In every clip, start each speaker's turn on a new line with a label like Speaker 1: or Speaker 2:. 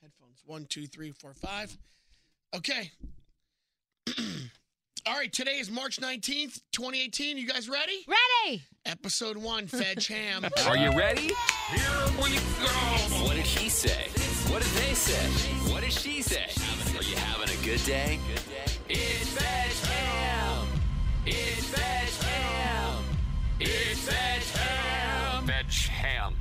Speaker 1: headphones. One, two, three, four, five. Okay. All right, today is March 19th, 2018. You guys ready?
Speaker 2: Ready?
Speaker 1: Episode one, Fetch Ham.
Speaker 3: Are you ready? Here we go. What did he say? What did they say? What did she say? Are you having a good day? It's Fetch Ham. It's Fetch Ham. It's Fetch Ham. Fetch Ham.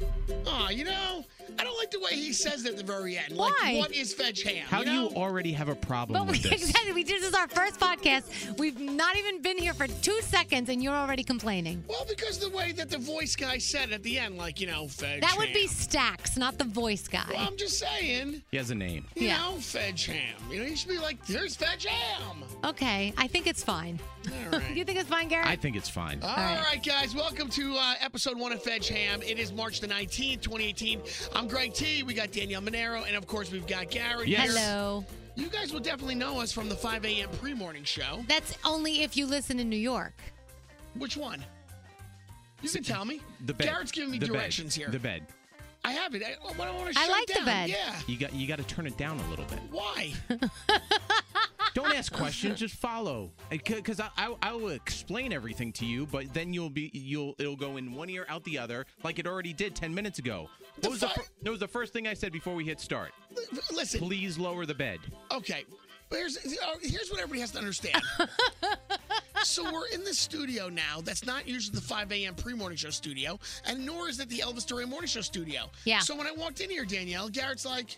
Speaker 1: Aw, you know, I don't like the way he says it at the very end.
Speaker 2: Why?
Speaker 1: Like, what is Fetch Ham?
Speaker 4: How do you
Speaker 1: know?
Speaker 4: already have a problem
Speaker 2: But we
Speaker 4: with this?
Speaker 2: exactly we did this is our first podcast. We've not even been here for two seconds, and you're already complaining.
Speaker 1: Well, because the way that the voice guy said it at the end, like, you know, Fetch
Speaker 2: That would be
Speaker 1: Ham.
Speaker 2: Stacks, not the voice
Speaker 1: Well,
Speaker 2: guy.
Speaker 1: I'm just saying,
Speaker 4: He has a name.
Speaker 1: you
Speaker 2: Yeah.
Speaker 1: know, Fetch Ham. You know, you should be like, there's Fetch Ham.
Speaker 2: Okay, I think it's fine.
Speaker 1: All right.
Speaker 2: You think it's fine, Garrett?
Speaker 4: I think it's fine.
Speaker 1: All
Speaker 2: right.
Speaker 1: right. guys, welcome to uh, episode one of Fetch Ham. It is March the 19th, 2018. I'm Greg T. We got Danielle Monero, and of course, we've got Garrett.
Speaker 4: Yes.
Speaker 1: here.
Speaker 2: Hello.
Speaker 1: You guys will definitely know us from the 5 a.m. pre morning show.
Speaker 2: That's only if you listen in New York.
Speaker 1: Which one? You can tell me.
Speaker 4: The bed.
Speaker 1: Garrett's giving me
Speaker 4: The bed.
Speaker 1: directions here.
Speaker 4: The bed.
Speaker 1: I have it. I, I want to
Speaker 2: I
Speaker 1: shut
Speaker 2: like the
Speaker 1: down.
Speaker 2: bed.
Speaker 1: Yeah.
Speaker 4: You got you got to turn it down a little bit.
Speaker 1: Why?
Speaker 4: Don't ask questions. Just follow, because I, I I will explain everything to you, but then you'll be you'll it'll go in one ear out the other, like it already did ten minutes ago. What
Speaker 1: The
Speaker 4: was the
Speaker 1: fu-
Speaker 4: fir- that was the first thing I said before we hit start.
Speaker 1: Listen,
Speaker 4: Please lower the bed.
Speaker 1: Okay, but here's uh, here's what everybody has to understand. so we're in this studio now. That's not usually the 5 a.m. pre-morning show studio, and nor is it the Elvis Duran morning show studio.
Speaker 2: Yeah.
Speaker 1: So when I walked in here, Danielle, Garrett's like,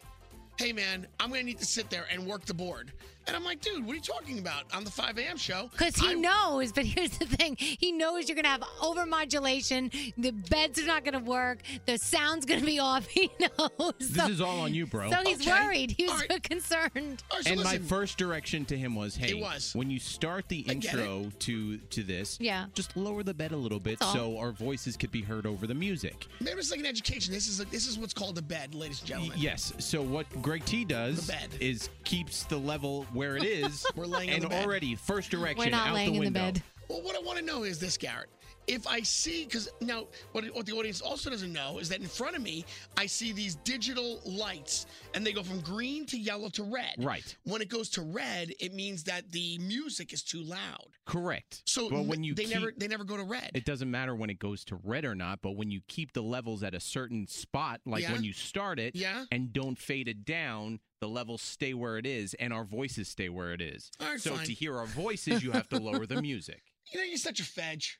Speaker 1: "Hey man, I'm gonna need to sit there and work the board," and I'm like, "Dude, what are you talking about on the 5 a.m. show?"
Speaker 2: Because he
Speaker 1: I-
Speaker 2: knows, but here's the thing. He knows you're going to have overmodulation. The beds are not going to work. The sound's going to be off. He knows.
Speaker 4: This is all on you, bro.
Speaker 2: So he's
Speaker 1: Okay.
Speaker 2: worried. He was
Speaker 1: All right.
Speaker 2: concerned.
Speaker 1: All right, so
Speaker 4: and my
Speaker 1: listen,
Speaker 4: first direction to him was, "Hey,
Speaker 1: It was.
Speaker 4: when you start the
Speaker 1: I get
Speaker 4: intro to to this,
Speaker 2: Yeah.
Speaker 4: just lower the bed a little bit
Speaker 2: That's all.
Speaker 4: so our voices could be heard over the music."
Speaker 1: maybe it's like an education. This is a, this is what's called a bed, ladies and gentlemen.
Speaker 4: Yes. So what Greg T does
Speaker 1: Oh, The bed.
Speaker 4: is keeps the level where it is.
Speaker 1: We're laying on
Speaker 4: and
Speaker 1: the bed.
Speaker 4: already first direction
Speaker 2: We're not
Speaker 4: out
Speaker 2: laying
Speaker 4: the
Speaker 2: in the
Speaker 4: window.
Speaker 2: bed.
Speaker 1: Well, what I want to know is this, Garrett. If I see, because now what, what the audience also doesn't know is that in front of me, I see these digital lights and they go from green to yellow to red.
Speaker 4: Right.
Speaker 1: When it goes to red, it means that the music is too loud.
Speaker 4: Correct.
Speaker 1: So
Speaker 4: Well, when you
Speaker 1: they
Speaker 4: keep-
Speaker 1: never they never go to red.
Speaker 4: it doesn't matter when it goes to red or not, but when you keep the levels at a certain spot, like
Speaker 1: Yeah.
Speaker 4: when you start it,
Speaker 1: Yeah.
Speaker 4: and don't fade it down, the levels stay where it is, and our voices stay where it is.
Speaker 1: All right,
Speaker 4: so
Speaker 1: fine.
Speaker 4: to hear our voices, you have to lower the music.
Speaker 1: you know, you're such a fedge.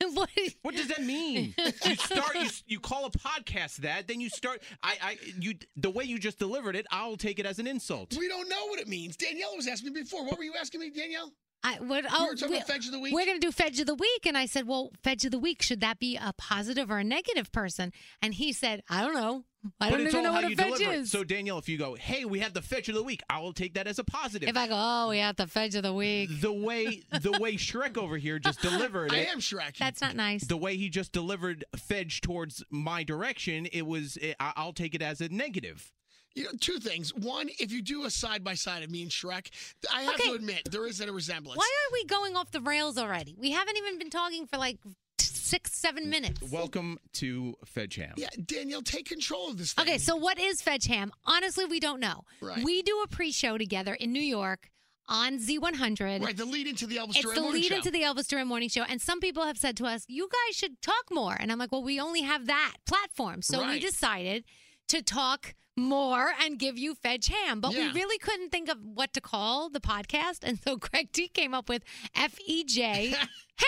Speaker 2: What is-
Speaker 4: What does that mean? you start, you, s- you call a podcast that, then you start. I, I, you, the way you just delivered it, I'll take it as an insult.
Speaker 1: We don't know what it means. Danielle was asking me before. What were you asking me, Danielle?
Speaker 2: I, what oh,
Speaker 1: we were talking
Speaker 2: we-
Speaker 1: about fedge of the week.
Speaker 2: we're going to do Fedge of the Week. And I said, Well, Fedge of the Week, should that be a positive or a negative person? And he said, I don't know. I
Speaker 4: But
Speaker 2: don't
Speaker 4: it's
Speaker 2: even
Speaker 4: all
Speaker 2: know
Speaker 4: how
Speaker 2: what a
Speaker 4: you
Speaker 2: Fedge
Speaker 4: deliver it.
Speaker 2: is.
Speaker 4: So Danielle, if you go, hey, we have the fetch of the week, I will take that as a positive.
Speaker 2: if I go, Oh, yeah, the Fedge of the Week,
Speaker 4: the way the way Shrek over here just delivered
Speaker 1: I
Speaker 4: it,
Speaker 1: am Shrek.
Speaker 2: that's not nice.
Speaker 4: the way he just delivered fedge towards my direction, it was I, I'll take it as a negative.
Speaker 1: You know, two things. One, if you do a side by side of me and Shrek, I have
Speaker 2: Okay.
Speaker 1: to admit there is a resemblance.
Speaker 2: Why are we going off the rails already? We haven't even been talking for like six, seven minutes.
Speaker 4: Welcome to Fedge Ham.
Speaker 1: Yeah, Danielle, take control of this thing.
Speaker 2: Okay, so what is Fedge Ham? Honestly, we don't know.
Speaker 1: Right.
Speaker 2: We do a pre show together in New York on Z100.
Speaker 1: Right, the lead into the Elvis
Speaker 2: It's
Speaker 1: Duran
Speaker 2: the
Speaker 1: morning
Speaker 2: lead
Speaker 1: show.
Speaker 2: into the Elvis Duran morning show. And some people have said to us, you guys should talk more. And I'm like, well, we only have that platform. So we
Speaker 1: Right.
Speaker 2: decided to talk more and give you Fedge Ham. But
Speaker 1: Yeah.
Speaker 2: we really couldn't think of what to call the podcast. And so Greg T came up with F E J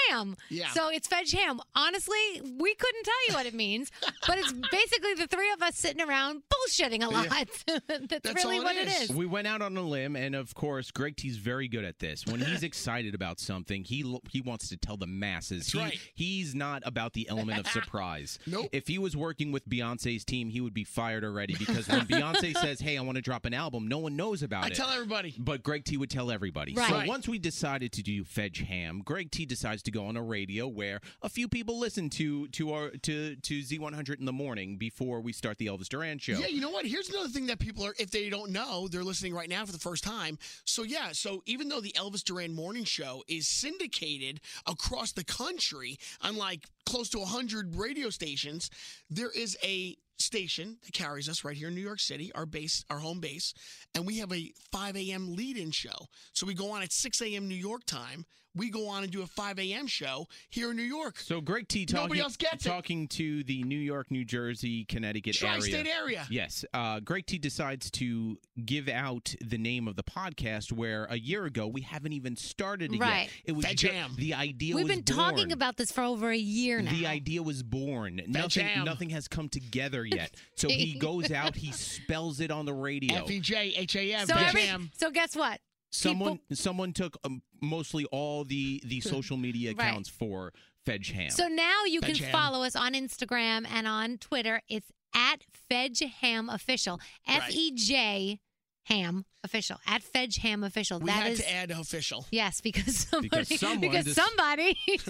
Speaker 2: Ham.
Speaker 1: Yeah.
Speaker 2: So it's Fedge Ham. Honestly, we couldn't tell you what it means, but it's basically the three of us sitting around bullshitting a lot. That's,
Speaker 1: That's
Speaker 2: really
Speaker 1: all it
Speaker 2: what it
Speaker 1: is.
Speaker 2: is.
Speaker 4: We went out on a limb, and of course, Greg T's very good at this. When he's excited about something, he l- he wants to tell the masses.
Speaker 1: That's
Speaker 4: he,
Speaker 1: right.
Speaker 4: He's not about the element of surprise.
Speaker 1: Nope.
Speaker 4: If he was working with Beyonce's team, he would be fired already because when Beyonce says, "Hey, I want to drop an album," no one knows about
Speaker 1: I
Speaker 4: it.
Speaker 1: tell everybody.
Speaker 4: But Greg T would tell everybody.
Speaker 2: Right.
Speaker 4: So once we decided to do Fedge Ham, Greg T decides to go on a radio where a few people listen to to our to to Z100 in the morning before we start the Elvis Duran show.
Speaker 1: Yeah, you know what? Here's another thing that people are, if they don't know, they're listening right now for the first time. So, yeah, so even though the Elvis Duran morning show is syndicated across the country on like close to 100 radio stations, there is a station that carries us right here in New York City, our base, our home base, and we have a 5 a.m. lead-in show. So we go on at 6 a.m. New York time. We go on and do a 5 a.m. show here in New York.
Speaker 4: So Greg T
Speaker 1: Nobody
Speaker 4: talking,
Speaker 1: else gets it.
Speaker 4: talking to the New York, New Jersey, Connecticut
Speaker 1: Tri-state area.
Speaker 4: Yes. Uh, Greg T decides to give out the name of the podcast where a year ago we haven't even started it
Speaker 2: Right.
Speaker 4: yet. It was
Speaker 1: Fat
Speaker 4: ju-
Speaker 1: jam.
Speaker 4: The idea
Speaker 2: We've
Speaker 4: was
Speaker 2: been talking
Speaker 4: born.
Speaker 2: about this for over a year now.
Speaker 4: The idea was born. nothing,
Speaker 1: jam.
Speaker 4: nothing has come together yet. So he goes out, he spells it on the radio.
Speaker 1: E F-E-J-H-A-M.
Speaker 2: so,
Speaker 1: Fat
Speaker 2: every-
Speaker 1: Jam.
Speaker 2: so guess what?
Speaker 4: someone, someone took um, mostly all the the social media
Speaker 2: Right.
Speaker 4: accounts for FedJam.
Speaker 2: So now you can
Speaker 1: Fedge Ham.
Speaker 2: follow us on Instagram and on Twitter. It's at FedgeHam Official. F E J Ham Official. At FedgeHam Official.
Speaker 1: We
Speaker 2: that
Speaker 1: had
Speaker 2: is
Speaker 1: to add official.
Speaker 2: yes, because somebody because,
Speaker 4: someone just-
Speaker 2: somebody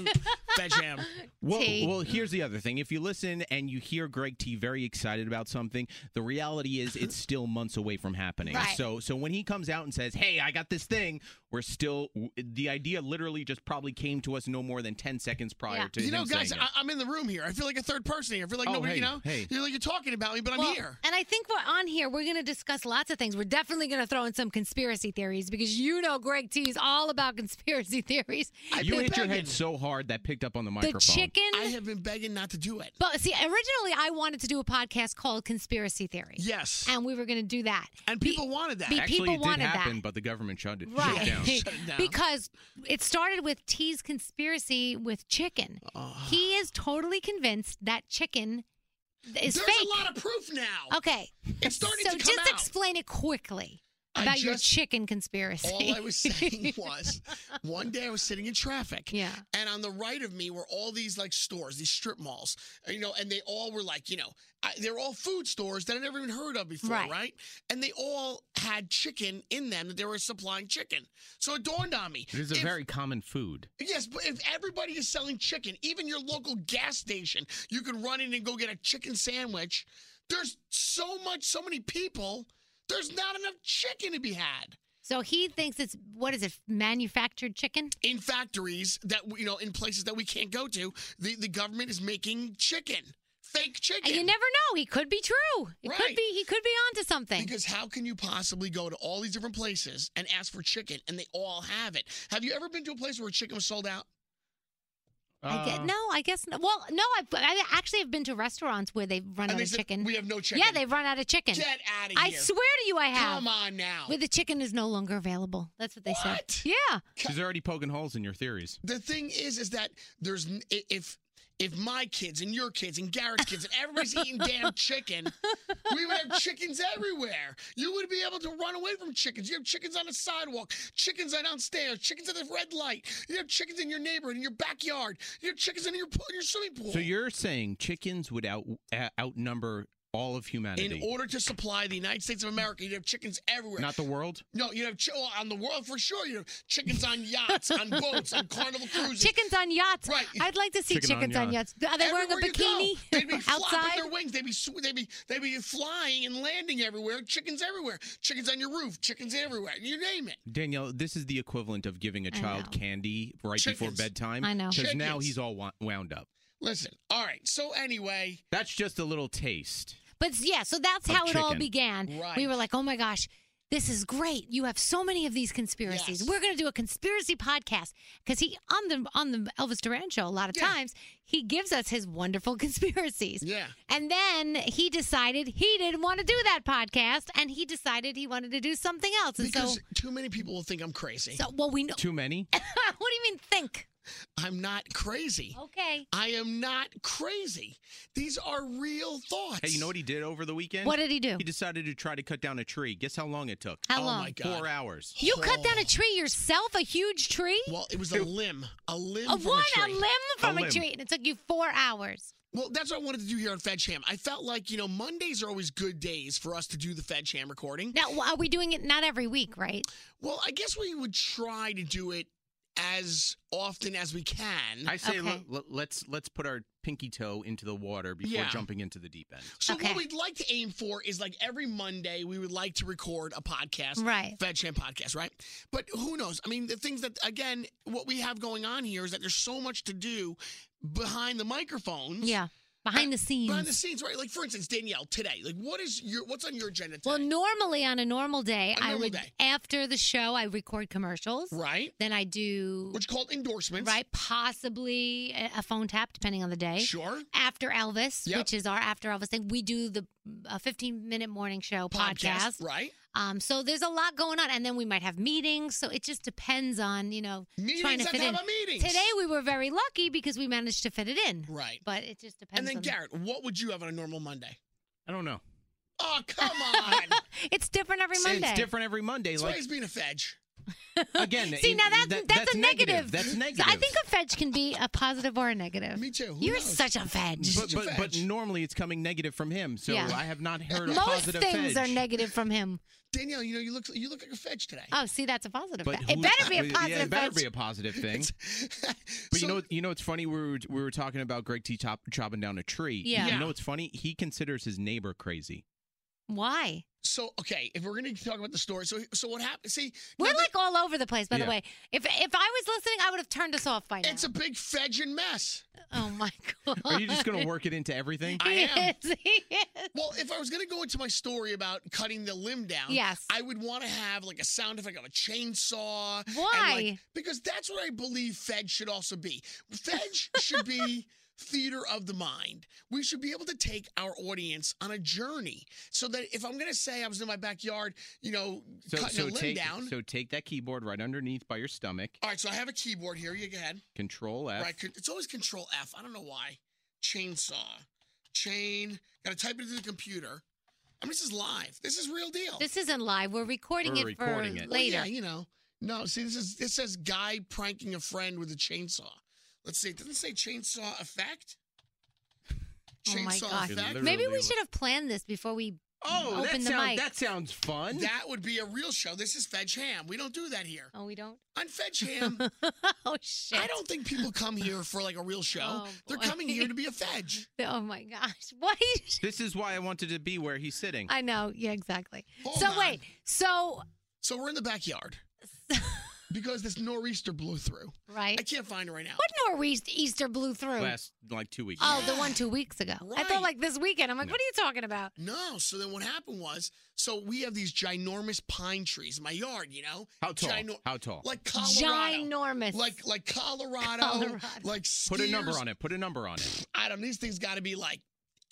Speaker 1: Fat Jam.
Speaker 4: Well,
Speaker 2: Tea.
Speaker 4: well, here's the other thing. If you listen and you hear Greg T very excited about something, the reality is it's still months away from happening.
Speaker 2: Right.
Speaker 4: So, so when he comes out and says, "Hey, I got this thing," we're still the idea literally just probably came to us no more than ten seconds prior
Speaker 2: Yeah.
Speaker 4: to
Speaker 1: You
Speaker 4: him
Speaker 1: know, guys,
Speaker 4: saying
Speaker 1: I,
Speaker 4: it.
Speaker 1: I'm in the room here. I feel like a third person here. I feel like
Speaker 4: Oh,
Speaker 1: nobody,
Speaker 4: hey,
Speaker 1: you know,
Speaker 4: hey.
Speaker 1: you're like you're talking about me, but I'm
Speaker 2: Well,
Speaker 1: here.
Speaker 2: And I think we're on here. We're going to discuss lots of things. We're definitely going to throw in some conspiracy theories because you know Greg T is all about conspiracy theories.
Speaker 4: you
Speaker 1: been
Speaker 4: hit your
Speaker 1: begging.
Speaker 4: head so hard that picked up on the
Speaker 2: The
Speaker 4: microphone.
Speaker 2: chicken.
Speaker 1: I have been begging not to do it.
Speaker 2: but see, originally I wanted to do a podcast called Conspiracy Theory.
Speaker 1: Yes.
Speaker 2: And we were going to do that.
Speaker 1: And
Speaker 2: Be-
Speaker 1: people wanted that.
Speaker 2: be-
Speaker 4: Actually,
Speaker 2: people
Speaker 4: it did
Speaker 2: wanted that.
Speaker 4: happen, but the government shut it, shut it
Speaker 2: Right.
Speaker 4: down.
Speaker 1: Shut it down.
Speaker 2: Because it started with T's conspiracy with chicken.
Speaker 1: Uh-huh.
Speaker 2: He is totally convinced that chicken is
Speaker 1: There's
Speaker 2: fake.
Speaker 1: a lot of proof now.
Speaker 2: okay.
Speaker 1: It's starting
Speaker 2: so
Speaker 1: to come
Speaker 2: just
Speaker 1: out.
Speaker 2: explain it quickly
Speaker 1: I
Speaker 2: about your
Speaker 1: just-
Speaker 2: chicken conspiracy.
Speaker 1: All I was saying was, one day I was sitting in traffic.
Speaker 2: Yeah.
Speaker 1: And on the right of me were all these like stores, these strip malls, you know, and they all were like, you know, I, they're all food stores that I never even heard of before,
Speaker 2: Right.
Speaker 1: right. And they all had chicken in them that they were supplying chicken. So it dawned on me.
Speaker 4: It is a
Speaker 1: if-
Speaker 4: very common food.
Speaker 1: yes, but if everybody is selling chicken, even your local gas station, you can run in and go get a chicken sandwich. There's so much, so many people. There's not enough chicken to be had.
Speaker 2: so he thinks it's what is it? Manufactured chicken?
Speaker 1: in factories that you know in places that we can't go to the, the government is making chicken fake chicken
Speaker 2: And you never know. He could be true. It could
Speaker 1: Right.
Speaker 2: be. He could be onto something.
Speaker 1: because how can you possibly go to all these different places and ask for chicken and they all have it have you ever been to a place where chicken was sold out
Speaker 2: I
Speaker 4: Uh,
Speaker 2: get, no, I guess. Not. Well, no. I've, I actually have been to restaurants where they've run
Speaker 1: and
Speaker 2: out
Speaker 1: they
Speaker 2: of
Speaker 1: said,
Speaker 2: chicken.
Speaker 1: we have no chicken
Speaker 2: Yeah, they've run out of chicken.
Speaker 1: get out of
Speaker 2: I
Speaker 1: here
Speaker 2: swear to you, I have.
Speaker 1: come on now
Speaker 2: Where the chicken is no longer available. That's what they said.
Speaker 1: What?
Speaker 2: Yeah.
Speaker 4: She's already poking holes in your theories.
Speaker 1: the thing is is that there's n- i- if if my kids and your kids and Garrett's kids and everybody's eating damn chicken, we would have chickens everywhere. You would be able to run away from chickens. You have chickens on the sidewalk, chickens on downstairs, chickens at the red light. You have chickens in your neighborhood, in your backyard. You have chickens in your pool, in your swimming pool.
Speaker 4: So you're saying chickens would out uh, outnumber all of humanity,
Speaker 1: in order to supply the United States of America, you'd have chickens everywhere.
Speaker 4: not the world.
Speaker 1: no, you'd have ch- oh, on the world for sure. You'd have chickens on yachts, on boats, on carnival cruises.
Speaker 2: Chickens on yachts.
Speaker 1: Right.
Speaker 2: I'd like to see
Speaker 4: Chicken on
Speaker 2: chickens on yachts.
Speaker 4: yachts.
Speaker 2: Are they wearing a
Speaker 1: Everywhere
Speaker 2: bikini
Speaker 1: You go, they'd be
Speaker 2: outside?
Speaker 1: flopping their wings. They'd be sw- they'd be they'd be flying and landing everywhere. Chickens everywhere. Chickens on your roof. Chickens everywhere. You name it.
Speaker 4: Danielle, this is the equivalent of giving a
Speaker 2: I
Speaker 4: child
Speaker 2: know.
Speaker 4: candy right before
Speaker 1: Chickens.
Speaker 4: bedtime.
Speaker 2: I know.
Speaker 4: Because now
Speaker 1: Chickens.
Speaker 4: he's all wo- wound up.
Speaker 1: Listen. All right. So anyway,
Speaker 4: That's just a little taste.
Speaker 2: But yeah, so that's
Speaker 4: Of
Speaker 2: how it all
Speaker 4: chicken.
Speaker 2: began. We
Speaker 1: Right.
Speaker 2: were like, oh my gosh, this is great. You have so many of these conspiracies.
Speaker 1: Yes.
Speaker 2: We're going to do a conspiracy podcast because he on the on the Elvis Duran show a lot of
Speaker 1: Yeah.
Speaker 2: times he gives us his wonderful conspiracies.
Speaker 1: Yeah.
Speaker 2: and then he decided he didn't want to do that podcast, and he decided he wanted to do something else. And
Speaker 1: because
Speaker 2: so,
Speaker 1: too many people will think I'm crazy.
Speaker 2: so well, we know.
Speaker 4: Too many?
Speaker 2: what do you mean think?
Speaker 1: I'm not crazy.
Speaker 2: Okay,
Speaker 1: I am not crazy. These are real thoughts.
Speaker 4: Hey, you know what he did over the weekend?
Speaker 2: What did he do?
Speaker 4: He decided to try to cut down a tree. Guess how long it took?
Speaker 2: how
Speaker 1: oh
Speaker 2: long?
Speaker 1: my God.
Speaker 4: Four hours.
Speaker 2: You cut down a tree yourself, a huge tree.
Speaker 1: Well, it was a limb. A limb
Speaker 2: A
Speaker 1: from
Speaker 2: one,
Speaker 1: a
Speaker 2: a
Speaker 1: tree.
Speaker 2: limb from a,
Speaker 4: limb.
Speaker 2: tree, and it took you four hours.
Speaker 1: Well, that's what I wanted to do here on Fed Jam. I felt like, you know, Mondays are always good days for us to do the Fed Jam recording.
Speaker 2: Now, w- are we doing it not every week, right?
Speaker 1: Well, I guess we would try to do it as often as we can.
Speaker 4: I say
Speaker 2: Okay.
Speaker 4: let, let's let's put our pinky toe into the water before
Speaker 1: Yeah.
Speaker 4: jumping into the deep end.
Speaker 1: so
Speaker 2: Okay.
Speaker 1: what we'd like to aim for is like every Monday we would like to record a podcast,
Speaker 2: Right.
Speaker 1: Fed Champ podcast, right? But who knows? I mean, the things that again, what we have going on here is that there's so much to do behind the microphones.
Speaker 2: behind the scenes.
Speaker 1: Behind the scenes, right? Like for instance, Danielle, today, like what is your what's on your agenda today?
Speaker 2: well, normally on a normal day,
Speaker 1: A
Speaker 2: I
Speaker 1: normal
Speaker 2: would
Speaker 1: day.
Speaker 2: after the show I record commercials.
Speaker 1: right?
Speaker 2: Then I do
Speaker 1: Which called endorsements.
Speaker 2: right possibly a a phone tap depending on the day.
Speaker 1: Sure.
Speaker 2: After Elvis,
Speaker 1: Yep.
Speaker 2: which is our after Elvis thing, we do the uh, 15 minute morning show podcast.
Speaker 1: Right.
Speaker 2: Um, so there's a lot going on, and then we might have meetings. So it just depends on you know trying
Speaker 1: Meetings
Speaker 2: to
Speaker 1: on
Speaker 2: fit
Speaker 1: top
Speaker 2: in.
Speaker 1: of meetings.
Speaker 2: Today we were very lucky because we managed to fit it in,
Speaker 1: Right.
Speaker 2: but it just depends.
Speaker 1: And then
Speaker 2: on
Speaker 1: Garrett, what would you have on a normal Monday?
Speaker 4: I don't know.
Speaker 1: Oh, come on.
Speaker 2: it's different every
Speaker 4: It's-
Speaker 2: Monday.
Speaker 4: It's different every Monday.
Speaker 1: That's why
Speaker 4: Like
Speaker 1: he's being a fedge.
Speaker 4: again.
Speaker 2: See,
Speaker 4: it-
Speaker 2: now that's,
Speaker 4: that-
Speaker 2: that's, a negative.
Speaker 4: That's
Speaker 2: So
Speaker 4: negative.
Speaker 2: I think a fetch can be a positive or a negative.
Speaker 1: Me too. Who
Speaker 2: You're
Speaker 1: knows?
Speaker 2: such a fetch.
Speaker 4: But,
Speaker 1: Such a
Speaker 4: but, but
Speaker 1: fetch.
Speaker 4: normally it's coming negative from him, so
Speaker 2: Yeah.
Speaker 4: I have not heard a
Speaker 2: Most
Speaker 4: positive
Speaker 2: things
Speaker 4: fetch.
Speaker 2: are negative from him.
Speaker 1: Danielle, you know you look you look like a fedge today.
Speaker 2: Oh, see, that's a positive.
Speaker 4: But
Speaker 2: fetch.
Speaker 4: who-
Speaker 2: it better be a positive
Speaker 4: Yeah, it better
Speaker 2: fetch.
Speaker 4: be a positive thing.
Speaker 1: So-
Speaker 4: But you know, you know, it's funny. We were we were talking about Greg T. Chop, chopping down a tree.
Speaker 2: Yeah.
Speaker 1: Yeah.
Speaker 4: You know, it's funny. He considers his neighbor crazy.
Speaker 2: Why?
Speaker 1: So okay, if we're gonna talk about the story, so so what happened? See,
Speaker 2: We're
Speaker 1: now
Speaker 2: like all over the place, by the
Speaker 4: Yeah.
Speaker 2: way. If if I was listening, I would have turned us off by now.
Speaker 1: it's a big fedging mess.
Speaker 2: oh my god!
Speaker 4: Are you just gonna work it into everything?
Speaker 1: I
Speaker 2: He
Speaker 1: am.
Speaker 2: is, he is.
Speaker 1: Well, if I was gonna go into my story about cutting the limb down,
Speaker 2: Yes.
Speaker 1: I would want to have like a sound effect of a chainsaw. and, like-
Speaker 2: Why?
Speaker 1: because that's what I believe Fed should also be. Fed should be theater of the mind. We should be able to take our audience on a journey, so that if I'm gonna say I was in my backyard, you know, cutting a limb
Speaker 4: take
Speaker 1: down.
Speaker 4: so take that keyboard right underneath by your stomach.
Speaker 1: all right, so I have a keyboard here. You go ahead.
Speaker 4: Control F.
Speaker 1: Right, it's always Control F. I don't know why. Chainsaw, chain. Got to type it into the computer. I mean, this is live. This is real deal.
Speaker 2: This isn't live. We're recording
Speaker 4: We're
Speaker 2: it for
Speaker 4: recording it.
Speaker 1: Well,
Speaker 2: later.
Speaker 1: yeah, you know. No, see, this is this says guy pranking a friend with a chainsaw. Let's see. Doesn't it say chainsaw effect.
Speaker 2: Oh my
Speaker 1: Chainsaw
Speaker 2: gosh.
Speaker 1: effect.
Speaker 4: Literally
Speaker 2: Maybe we
Speaker 4: what-
Speaker 2: should have planned this before we.
Speaker 4: Oh, that
Speaker 2: Open the
Speaker 4: sound-
Speaker 2: mic.
Speaker 4: that sounds fun.
Speaker 1: That would be a real show. This is Fetch Ham. We don't do that here.
Speaker 2: Oh, we don't.
Speaker 1: On Fetch Ham,
Speaker 2: oh shit!
Speaker 1: I don't think people come here for like a real show.
Speaker 2: Oh,
Speaker 1: They're
Speaker 2: boy.
Speaker 1: coming here to be a fetch.
Speaker 2: Oh my gosh! What? Are you...
Speaker 4: This is why I wanted to be where he's sitting.
Speaker 2: I know. Yeah, exactly.
Speaker 1: Hold
Speaker 2: so
Speaker 1: on.
Speaker 2: wait. So
Speaker 1: So we're in the backyard because this nor'easter blew through.
Speaker 2: right.
Speaker 1: I can't find it right now.
Speaker 2: What Nor'easter Easter blew through?
Speaker 4: Last like two weeks.
Speaker 2: Oh, the one two weeks ago. I
Speaker 1: Right.
Speaker 2: thought like this weekend. I'm like,
Speaker 4: No.
Speaker 2: what are you talking about?
Speaker 1: No. So then what happened was, so we have these ginormous pine trees in my yard, you know?
Speaker 4: How tall?
Speaker 1: Gino-
Speaker 4: How tall?
Speaker 1: Like Colorado.
Speaker 2: Ginormous.
Speaker 1: Like like Colorado.
Speaker 2: Colorado.
Speaker 1: Like
Speaker 4: Put a number on it. Put a number on it.
Speaker 1: I don't these things gotta be like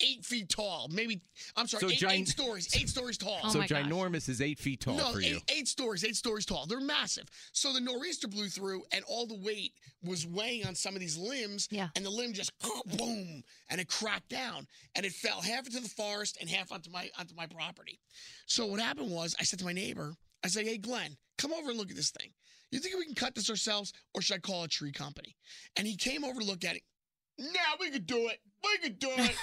Speaker 1: eight feet tall. Maybe I'm sorry,
Speaker 4: So
Speaker 1: eight,
Speaker 4: gin-
Speaker 1: eight stories. Eight stories tall.
Speaker 2: Oh
Speaker 4: so
Speaker 2: my gosh.
Speaker 4: ginormous is eight feet tall
Speaker 1: no,
Speaker 4: for you.
Speaker 1: eight, eight stories, eight stories tall. They're massive. So the nor'easter blew through, and all the weight was weighing on some of these limbs.
Speaker 2: Yeah.
Speaker 1: And the limb just boom, and it cracked down, and it fell half into the forest and half onto my onto my property. So what happened was, I said to my neighbor, I said, "Hey, Glenn, come over and look at this thing. You think we can cut this ourselves, or should I call a tree company?" And he came over to look at it. Nah, we could do it. We could do it.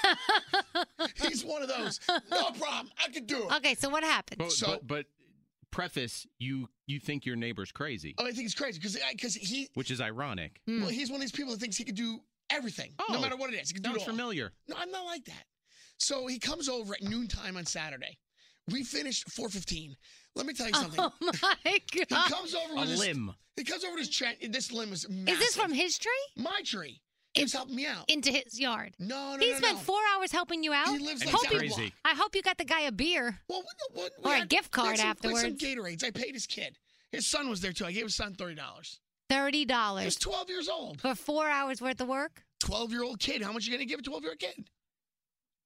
Speaker 1: He's one of those. No problem. I could do it.
Speaker 2: okay, so what happened?
Speaker 4: But,
Speaker 1: So-
Speaker 4: but but preface you you think your neighbor's crazy,
Speaker 1: Oh, I think he's crazy because because he
Speaker 4: which is ironic.
Speaker 2: Hmm.
Speaker 1: Well, he's one of these people that thinks he can do everything, no
Speaker 4: Oh.
Speaker 1: matter what it is. He can do it
Speaker 4: Sounds
Speaker 1: all.
Speaker 4: familiar.
Speaker 1: No, I'm not like that. So he comes over at noontime on Saturday. We finished 4:15. Let me tell you something.
Speaker 2: oh my
Speaker 1: He
Speaker 2: god!
Speaker 1: comes over
Speaker 4: A
Speaker 1: with his,
Speaker 4: limb.
Speaker 1: He comes over with his chain. This limb is massive.
Speaker 2: Is this from his tree
Speaker 1: my tree? He was helping me out.
Speaker 2: into his yard?
Speaker 1: no, no,
Speaker 2: he
Speaker 1: no,
Speaker 2: spent
Speaker 1: no.
Speaker 2: four hours helping you out.
Speaker 1: He lives
Speaker 4: And
Speaker 1: like down
Speaker 4: he's
Speaker 1: the
Speaker 4: crazy.
Speaker 1: block.
Speaker 2: I hope you got the guy a beer.
Speaker 1: Well, what, what,
Speaker 2: Or a
Speaker 1: we had-
Speaker 2: gift
Speaker 1: we had
Speaker 2: card
Speaker 1: some- we had
Speaker 2: afterwards.
Speaker 1: some Gatorades. I paid his kid. His son was there too. I gave his son thirty dollars.
Speaker 2: Thirty
Speaker 1: He was
Speaker 2: dollars
Speaker 1: twelve years old.
Speaker 2: for four hours worth of work.
Speaker 1: Twelve year old kid. How much you gonna give a twelve year old kid?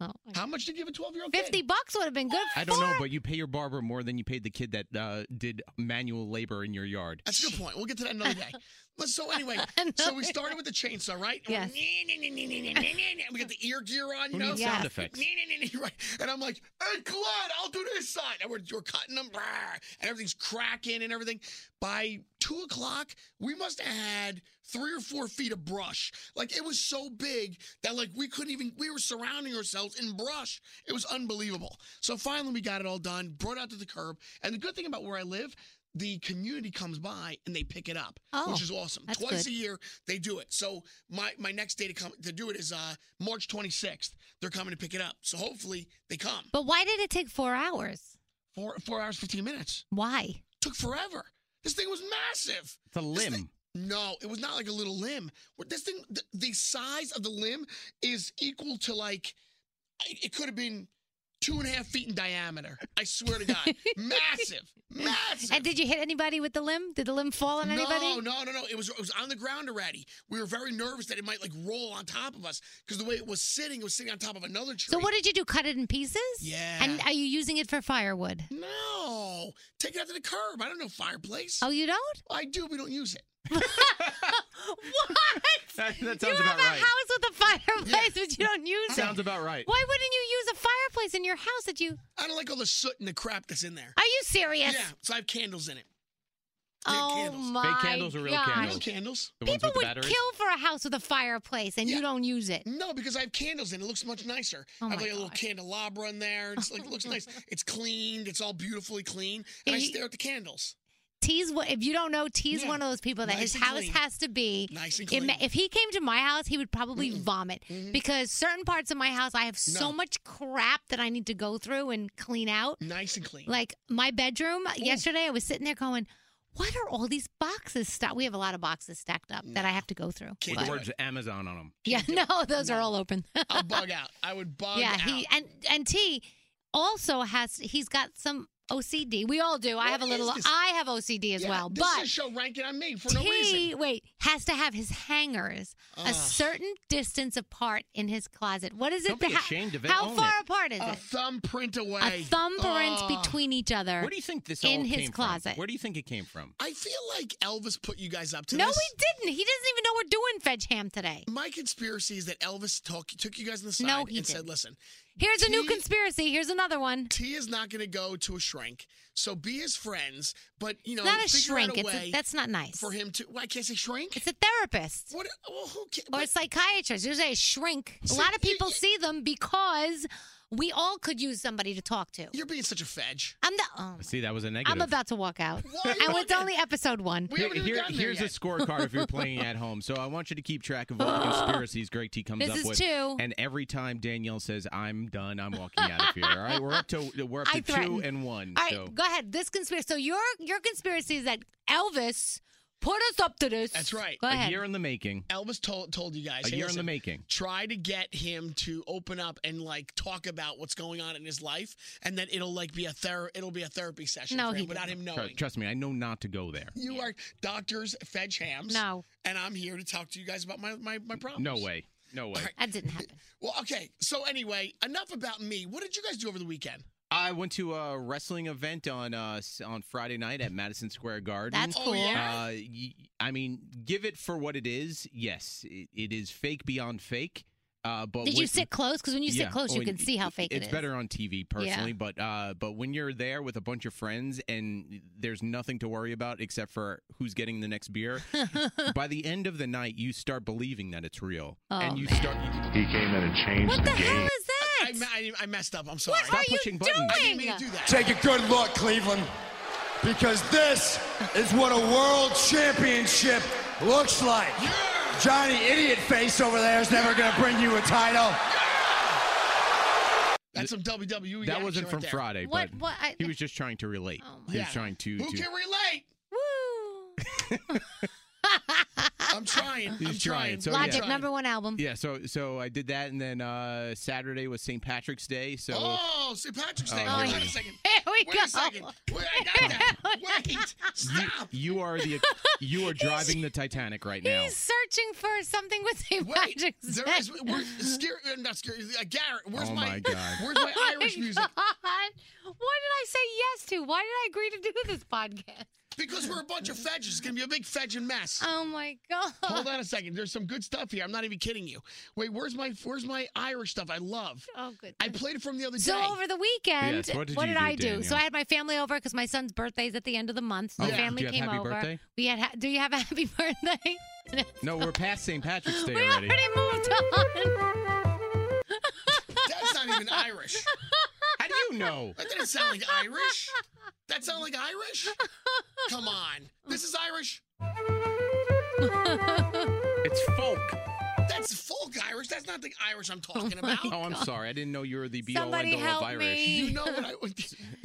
Speaker 2: Oh,
Speaker 1: How much to give a twelve year old kid?
Speaker 2: Fifty bucks would have been good.
Speaker 4: I don't
Speaker 2: for-
Speaker 4: know, but you pay your barber more than you paid the kid that uh, did manual labor in your yard.
Speaker 1: That's a good point. We'll get to that another day. But so anyway, so we started with the chainsaw, right?
Speaker 2: Yes.
Speaker 1: We got the ear gear on, you
Speaker 4: Who
Speaker 1: know.
Speaker 4: needs
Speaker 2: Yeah.
Speaker 4: sound effects?
Speaker 1: Right. And I'm like, hey, Glenn, I'll do this side. And we're, we're cutting them, brr, and everything's cracking and everything. By two o'clock, we must have had three or four feet of brush. Like it was so big that like we couldn't even. We were surrounding ourselves in brush. It was unbelievable. So finally, we got it all done, brought out to the curb. And the good thing about where I live. The community comes by and they pick it up,
Speaker 2: Oh,
Speaker 1: which is awesome.
Speaker 2: that's
Speaker 1: Twice
Speaker 2: good.
Speaker 1: a year they do it. So my my next day to come to do it is uh March 26th. They're coming to pick it up. So hopefully they come.
Speaker 2: But why did it take four hours?
Speaker 1: Four four hours 15 minutes
Speaker 2: Why?
Speaker 1: took forever. This thing was massive.
Speaker 4: It's a
Speaker 1: This
Speaker 4: limb.
Speaker 1: thing- No, it was not like a little limb. What this thing, the, the size of the limb is equal to like, I- it could have been two and a half feet in diameter. I swear to God, massive, massive.
Speaker 2: And did you hit anybody with the limb? Did the limb fall on anybody?
Speaker 1: No, no, no, no. It was it was on the ground already. We were very nervous that it might like roll on top of us because the way it was sitting, it was sitting on top of another tree.
Speaker 2: So what did you do? Cut it in pieces?
Speaker 1: Yeah.
Speaker 2: And are you using it for firewood?
Speaker 1: No, take it out to the curb. I don't know fireplace.
Speaker 2: Oh, you don't?
Speaker 1: I do. We don't use it.
Speaker 2: What?
Speaker 4: That, that
Speaker 2: you
Speaker 4: sounds
Speaker 2: have
Speaker 4: about
Speaker 2: a
Speaker 4: right.
Speaker 2: house with a fireplace, but you don't use
Speaker 4: Sounds
Speaker 2: it.
Speaker 4: about right.
Speaker 2: Why wouldn't you use a fireplace in your house that you?
Speaker 1: I don't like all the soot and the crap that's in there.
Speaker 2: Are you serious?
Speaker 1: Yeah, so I have candles in it. yeah,
Speaker 2: oh
Speaker 1: candles. Fake
Speaker 2: my
Speaker 4: candles or real
Speaker 2: gosh.
Speaker 1: No
Speaker 4: candles?
Speaker 1: candles.
Speaker 4: The ones
Speaker 2: People
Speaker 4: with the
Speaker 2: would
Speaker 4: batteries.
Speaker 2: kill for a house with a fireplace, and you
Speaker 1: Yeah. Mm.
Speaker 2: don't use it.
Speaker 1: No, because I have candles and it looks much nicer.
Speaker 2: Oh
Speaker 1: I have
Speaker 2: my
Speaker 1: like a little
Speaker 2: gosh.
Speaker 1: candelabra in there. It's like it looks nice. It's cleaned. It's all beautifully clean. And
Speaker 2: Yeah,
Speaker 1: I
Speaker 2: you-
Speaker 1: stare at the candles.
Speaker 2: T's one- if you don't know, T's
Speaker 1: Yeah.
Speaker 2: one of those people that
Speaker 1: Nice
Speaker 2: his
Speaker 1: and
Speaker 2: house
Speaker 1: clean.
Speaker 2: has to be.
Speaker 1: Nice and
Speaker 2: It
Speaker 1: clean. Mm.
Speaker 2: ma- If he came to my house, he would probably vomit because certain parts of my house I have so
Speaker 1: Mm-hmm. No.
Speaker 2: much crap that I need to go through and clean out.
Speaker 1: nice and clean.
Speaker 2: Like my bedroom yesterday, I was sitting there going, "What are all these boxes stacked? We have a lot of boxes stacked up that I have to go through."
Speaker 1: Can't
Speaker 4: With
Speaker 1: do
Speaker 4: the
Speaker 1: it.
Speaker 4: words Amazon on them.
Speaker 2: Yeah, no, those are all open.
Speaker 1: I'll bug out. I would bug
Speaker 2: yeah,
Speaker 1: out.
Speaker 2: he and and T also has he's got some OCD. We all do. I have a
Speaker 1: is
Speaker 2: little.
Speaker 1: this?
Speaker 2: I have OCD as
Speaker 1: Yeah,
Speaker 2: well,
Speaker 1: this is
Speaker 2: but
Speaker 1: a show ranking on me for no reason.
Speaker 2: T wait has to have his hangers a
Speaker 1: Ugh.
Speaker 2: certain distance apart in his closet. What is it?
Speaker 4: Don't
Speaker 2: that
Speaker 4: be
Speaker 2: ha-
Speaker 4: ashamed of it.
Speaker 2: How
Speaker 4: Own
Speaker 2: far
Speaker 4: it.
Speaker 2: apart is
Speaker 1: A
Speaker 2: it?
Speaker 1: thumbprint away.
Speaker 2: Oh. A thumbprint
Speaker 1: Oh, Ugh.
Speaker 2: between each other.
Speaker 4: Where do you think this
Speaker 2: In
Speaker 4: all
Speaker 2: his
Speaker 4: came
Speaker 2: closet.
Speaker 4: From? Where do you think it came from?
Speaker 1: I feel like Elvis put you guys up to
Speaker 2: no,
Speaker 1: this.
Speaker 2: he didn't. He doesn't even know we're doing Fetch Ham today.
Speaker 1: My conspiracy is that Elvis took took you guys on the side
Speaker 2: No, he
Speaker 1: and said,
Speaker 2: didn't.
Speaker 1: "Listen,
Speaker 2: Here's a new
Speaker 1: T-
Speaker 2: conspiracy. Here's another one.
Speaker 1: T is not going to go to a shrink, so be his friends, but you know,
Speaker 2: Not a
Speaker 1: Uh, figure
Speaker 2: shrink.
Speaker 1: out a
Speaker 2: It's
Speaker 1: way
Speaker 2: a, that's not nice.
Speaker 1: for him to. Well, I can't say shrink.
Speaker 2: It's a therapist
Speaker 1: what? Well, who ca-
Speaker 2: or a
Speaker 1: what-
Speaker 2: psychiatrist. There's a shrink. A lot of
Speaker 1: you-
Speaker 2: people
Speaker 1: you-
Speaker 2: see them because we all could use somebody to talk to.
Speaker 1: You're being such a fedge.
Speaker 2: I'm the. Oh,
Speaker 4: See, that was a negative.
Speaker 2: I'm about to walk out,
Speaker 1: Why are you
Speaker 2: and it's
Speaker 1: walking?
Speaker 2: only episode one.
Speaker 1: We haven't even
Speaker 4: Here-
Speaker 1: gotten there
Speaker 4: here's
Speaker 1: yet.
Speaker 4: a scorecard if you're playing at home. So I want you to keep track of all the conspiracies Greg T comes
Speaker 2: This
Speaker 4: up
Speaker 2: is
Speaker 4: with.
Speaker 2: two.
Speaker 4: And every time Danielle says, "I'm done. I'm walking out of here." All right, we're up to we're up
Speaker 2: I
Speaker 4: to two
Speaker 2: threatened.
Speaker 4: and one.
Speaker 2: All right,
Speaker 4: so
Speaker 2: go ahead. This conspiracy. So your your conspiracy is that Elvis put us up to this.
Speaker 1: That's right.
Speaker 2: Go
Speaker 4: a
Speaker 2: ahead.
Speaker 4: year in the making.
Speaker 1: Elvis told told you guys.
Speaker 4: A
Speaker 1: hey,
Speaker 4: year in the
Speaker 1: listen,
Speaker 4: making.
Speaker 1: Try to get him to open up and like talk about what's going on in his life, and then it'll like be a ther- it'll be a therapy session
Speaker 2: No,
Speaker 1: for
Speaker 2: he
Speaker 1: him without him
Speaker 4: Tru-
Speaker 1: knowing.
Speaker 4: Trust me, I know not to go there.
Speaker 1: You are doctors, fedge hams.
Speaker 2: No,
Speaker 1: and I'm here to talk to you guys about my my, my problems.
Speaker 4: No way. No way.
Speaker 1: right.
Speaker 2: that didn't happen.
Speaker 1: Well, okay. So anyway, enough about me. What did you guys do over the weekend?
Speaker 4: I went to a wrestling event on uh, s- on Friday night at Madison Square Garden.
Speaker 2: That's
Speaker 1: Oh,
Speaker 2: cool.
Speaker 1: yeah?
Speaker 4: Uh, y- I mean, give it for what it is. Yes, it, it is fake beyond fake. Uh, but
Speaker 2: Did you
Speaker 4: with-
Speaker 2: sit close? Because when you sit
Speaker 4: Yeah.
Speaker 2: close, you
Speaker 4: Oh,
Speaker 2: can see how
Speaker 4: it-
Speaker 2: fake it
Speaker 4: it's
Speaker 2: is.
Speaker 4: better on TV personally, but uh, but when you're there with a bunch of friends and there's nothing to worry about except for who's getting the next beer, by the end of the night you start believing that it's real,
Speaker 2: Oh,
Speaker 4: and you
Speaker 2: man.
Speaker 4: start
Speaker 5: He came in and changed
Speaker 2: What the
Speaker 5: the game.
Speaker 2: hell is that?
Speaker 1: I, I, I messed up. I'm sorry.
Speaker 2: what are
Speaker 4: Stop
Speaker 2: you
Speaker 4: pushing
Speaker 2: doing?
Speaker 4: buttons.
Speaker 1: I didn't mean to do that.
Speaker 6: Take a good look, Cleveland, because this is what a world championship looks like. Johnny Idiot Face over there is never going to bring you a title.
Speaker 1: That's some WWE.
Speaker 4: that
Speaker 1: action
Speaker 4: wasn't
Speaker 1: right
Speaker 4: from
Speaker 1: there.
Speaker 4: Friday,
Speaker 2: What-
Speaker 4: but
Speaker 2: what- I-
Speaker 4: he was just trying to relate.
Speaker 2: Oh,
Speaker 4: he was
Speaker 1: Yeah.
Speaker 4: trying to,
Speaker 1: Who
Speaker 4: to
Speaker 1: can relate?
Speaker 2: Woo!
Speaker 1: I'm trying. I'm
Speaker 4: He's
Speaker 1: trying.
Speaker 4: trying, so
Speaker 2: Logic
Speaker 4: yeah.
Speaker 2: number one album.
Speaker 4: yeah. So so I did that, and then uh, Saturday was St. Patrick's Day, so.
Speaker 1: Oh, St. Patrick's Day.
Speaker 4: Oh,
Speaker 1: Hold
Speaker 4: here
Speaker 1: on a
Speaker 4: we go.
Speaker 1: second.
Speaker 2: Here we
Speaker 1: Wait
Speaker 2: go.
Speaker 1: a second. Wait, I got that. Wait. Stop.
Speaker 4: You are the you are driving the Titanic right now.
Speaker 2: He's searching for something with St.
Speaker 1: Wait.
Speaker 2: Patrick's
Speaker 1: There
Speaker 2: Day.
Speaker 1: is. Where's Scary? uh, Not Scary. Uh, Garrett. Where's
Speaker 4: Oh,
Speaker 1: my?
Speaker 4: my God.
Speaker 1: Where's my
Speaker 2: Oh
Speaker 1: Irish
Speaker 2: my
Speaker 1: music?
Speaker 2: God. What did I say yes to? Why did I agree to do this podcast?
Speaker 1: Because we're a bunch of fedges. It's gonna be a big fedge and mess.
Speaker 2: Oh my god!
Speaker 1: Hold on a second. There's some good stuff here. I'm not even kidding you. Wait, where's my where's my Irish stuff? I love.
Speaker 2: Oh good.
Speaker 1: I played it from the other
Speaker 2: So
Speaker 1: day.
Speaker 2: over the weekend,
Speaker 4: Yes, what did you do,
Speaker 2: I do? So
Speaker 4: Daniel?
Speaker 2: I had my family over because my son's birthday's at the end of the month. So
Speaker 4: Oh,
Speaker 2: the
Speaker 4: did
Speaker 2: family
Speaker 4: you have
Speaker 2: came
Speaker 4: happy
Speaker 2: over.
Speaker 4: birthday?
Speaker 2: We had. Ha- do you have a happy birthday?
Speaker 4: No, we're past St. Patrick's Day
Speaker 2: we
Speaker 4: already.
Speaker 2: already moved on.
Speaker 1: That's not even Irish.
Speaker 4: How do you know?
Speaker 1: That didn't sound like Irish. That sound like Irish? Come on. This is Irish.
Speaker 4: It's folk.
Speaker 1: That's folk Irish. That's not the Irish I'm talking about.
Speaker 4: Oh, I'm sorry. I didn't know you were the be all
Speaker 2: Somebody
Speaker 4: end all of
Speaker 2: help
Speaker 4: Irish.
Speaker 2: me.
Speaker 1: You know what I would.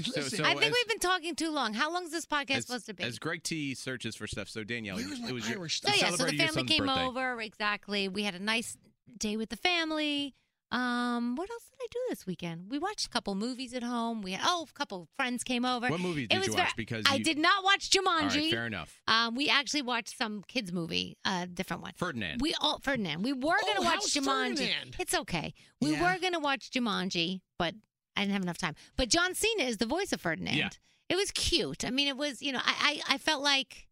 Speaker 4: So, so
Speaker 2: I think
Speaker 4: as,
Speaker 2: we've been talking too long. How long is this podcast
Speaker 4: as,
Speaker 2: supposed to be?
Speaker 4: As Greg T searches for stuff, so Danielle,
Speaker 1: Where is my
Speaker 4: it was your,
Speaker 1: Irish
Speaker 2: so
Speaker 1: stuff?
Speaker 4: you
Speaker 2: yeah, so the
Speaker 4: celebrated your
Speaker 2: family
Speaker 4: son's
Speaker 2: came
Speaker 4: birthday.
Speaker 2: over. Exactly. We had a nice day with the family. Um, what else did I do this weekend? We watched a couple movies at home. We had oh, a couple friends came over.
Speaker 4: What movie
Speaker 2: It
Speaker 4: did
Speaker 2: was
Speaker 4: you
Speaker 2: ver-
Speaker 4: watch? Because
Speaker 2: I
Speaker 4: you-
Speaker 2: did not watch
Speaker 4: All
Speaker 2: Jumanji.
Speaker 4: right, fair enough.
Speaker 2: Um, we actually watched some kids movie, a different one.
Speaker 4: Ferdinand.
Speaker 2: We all Ferdinand. We were
Speaker 1: Oh,
Speaker 2: gonna watch
Speaker 1: how's
Speaker 2: Jumanji.
Speaker 1: Ferdinand?
Speaker 2: It's okay. We
Speaker 1: Yeah.
Speaker 2: were gonna watch Jumanji, but I didn't have enough time. But John Cena is the voice of Ferdinand.
Speaker 4: Yeah.
Speaker 2: It was cute. I mean, it was you know, I I, I felt like,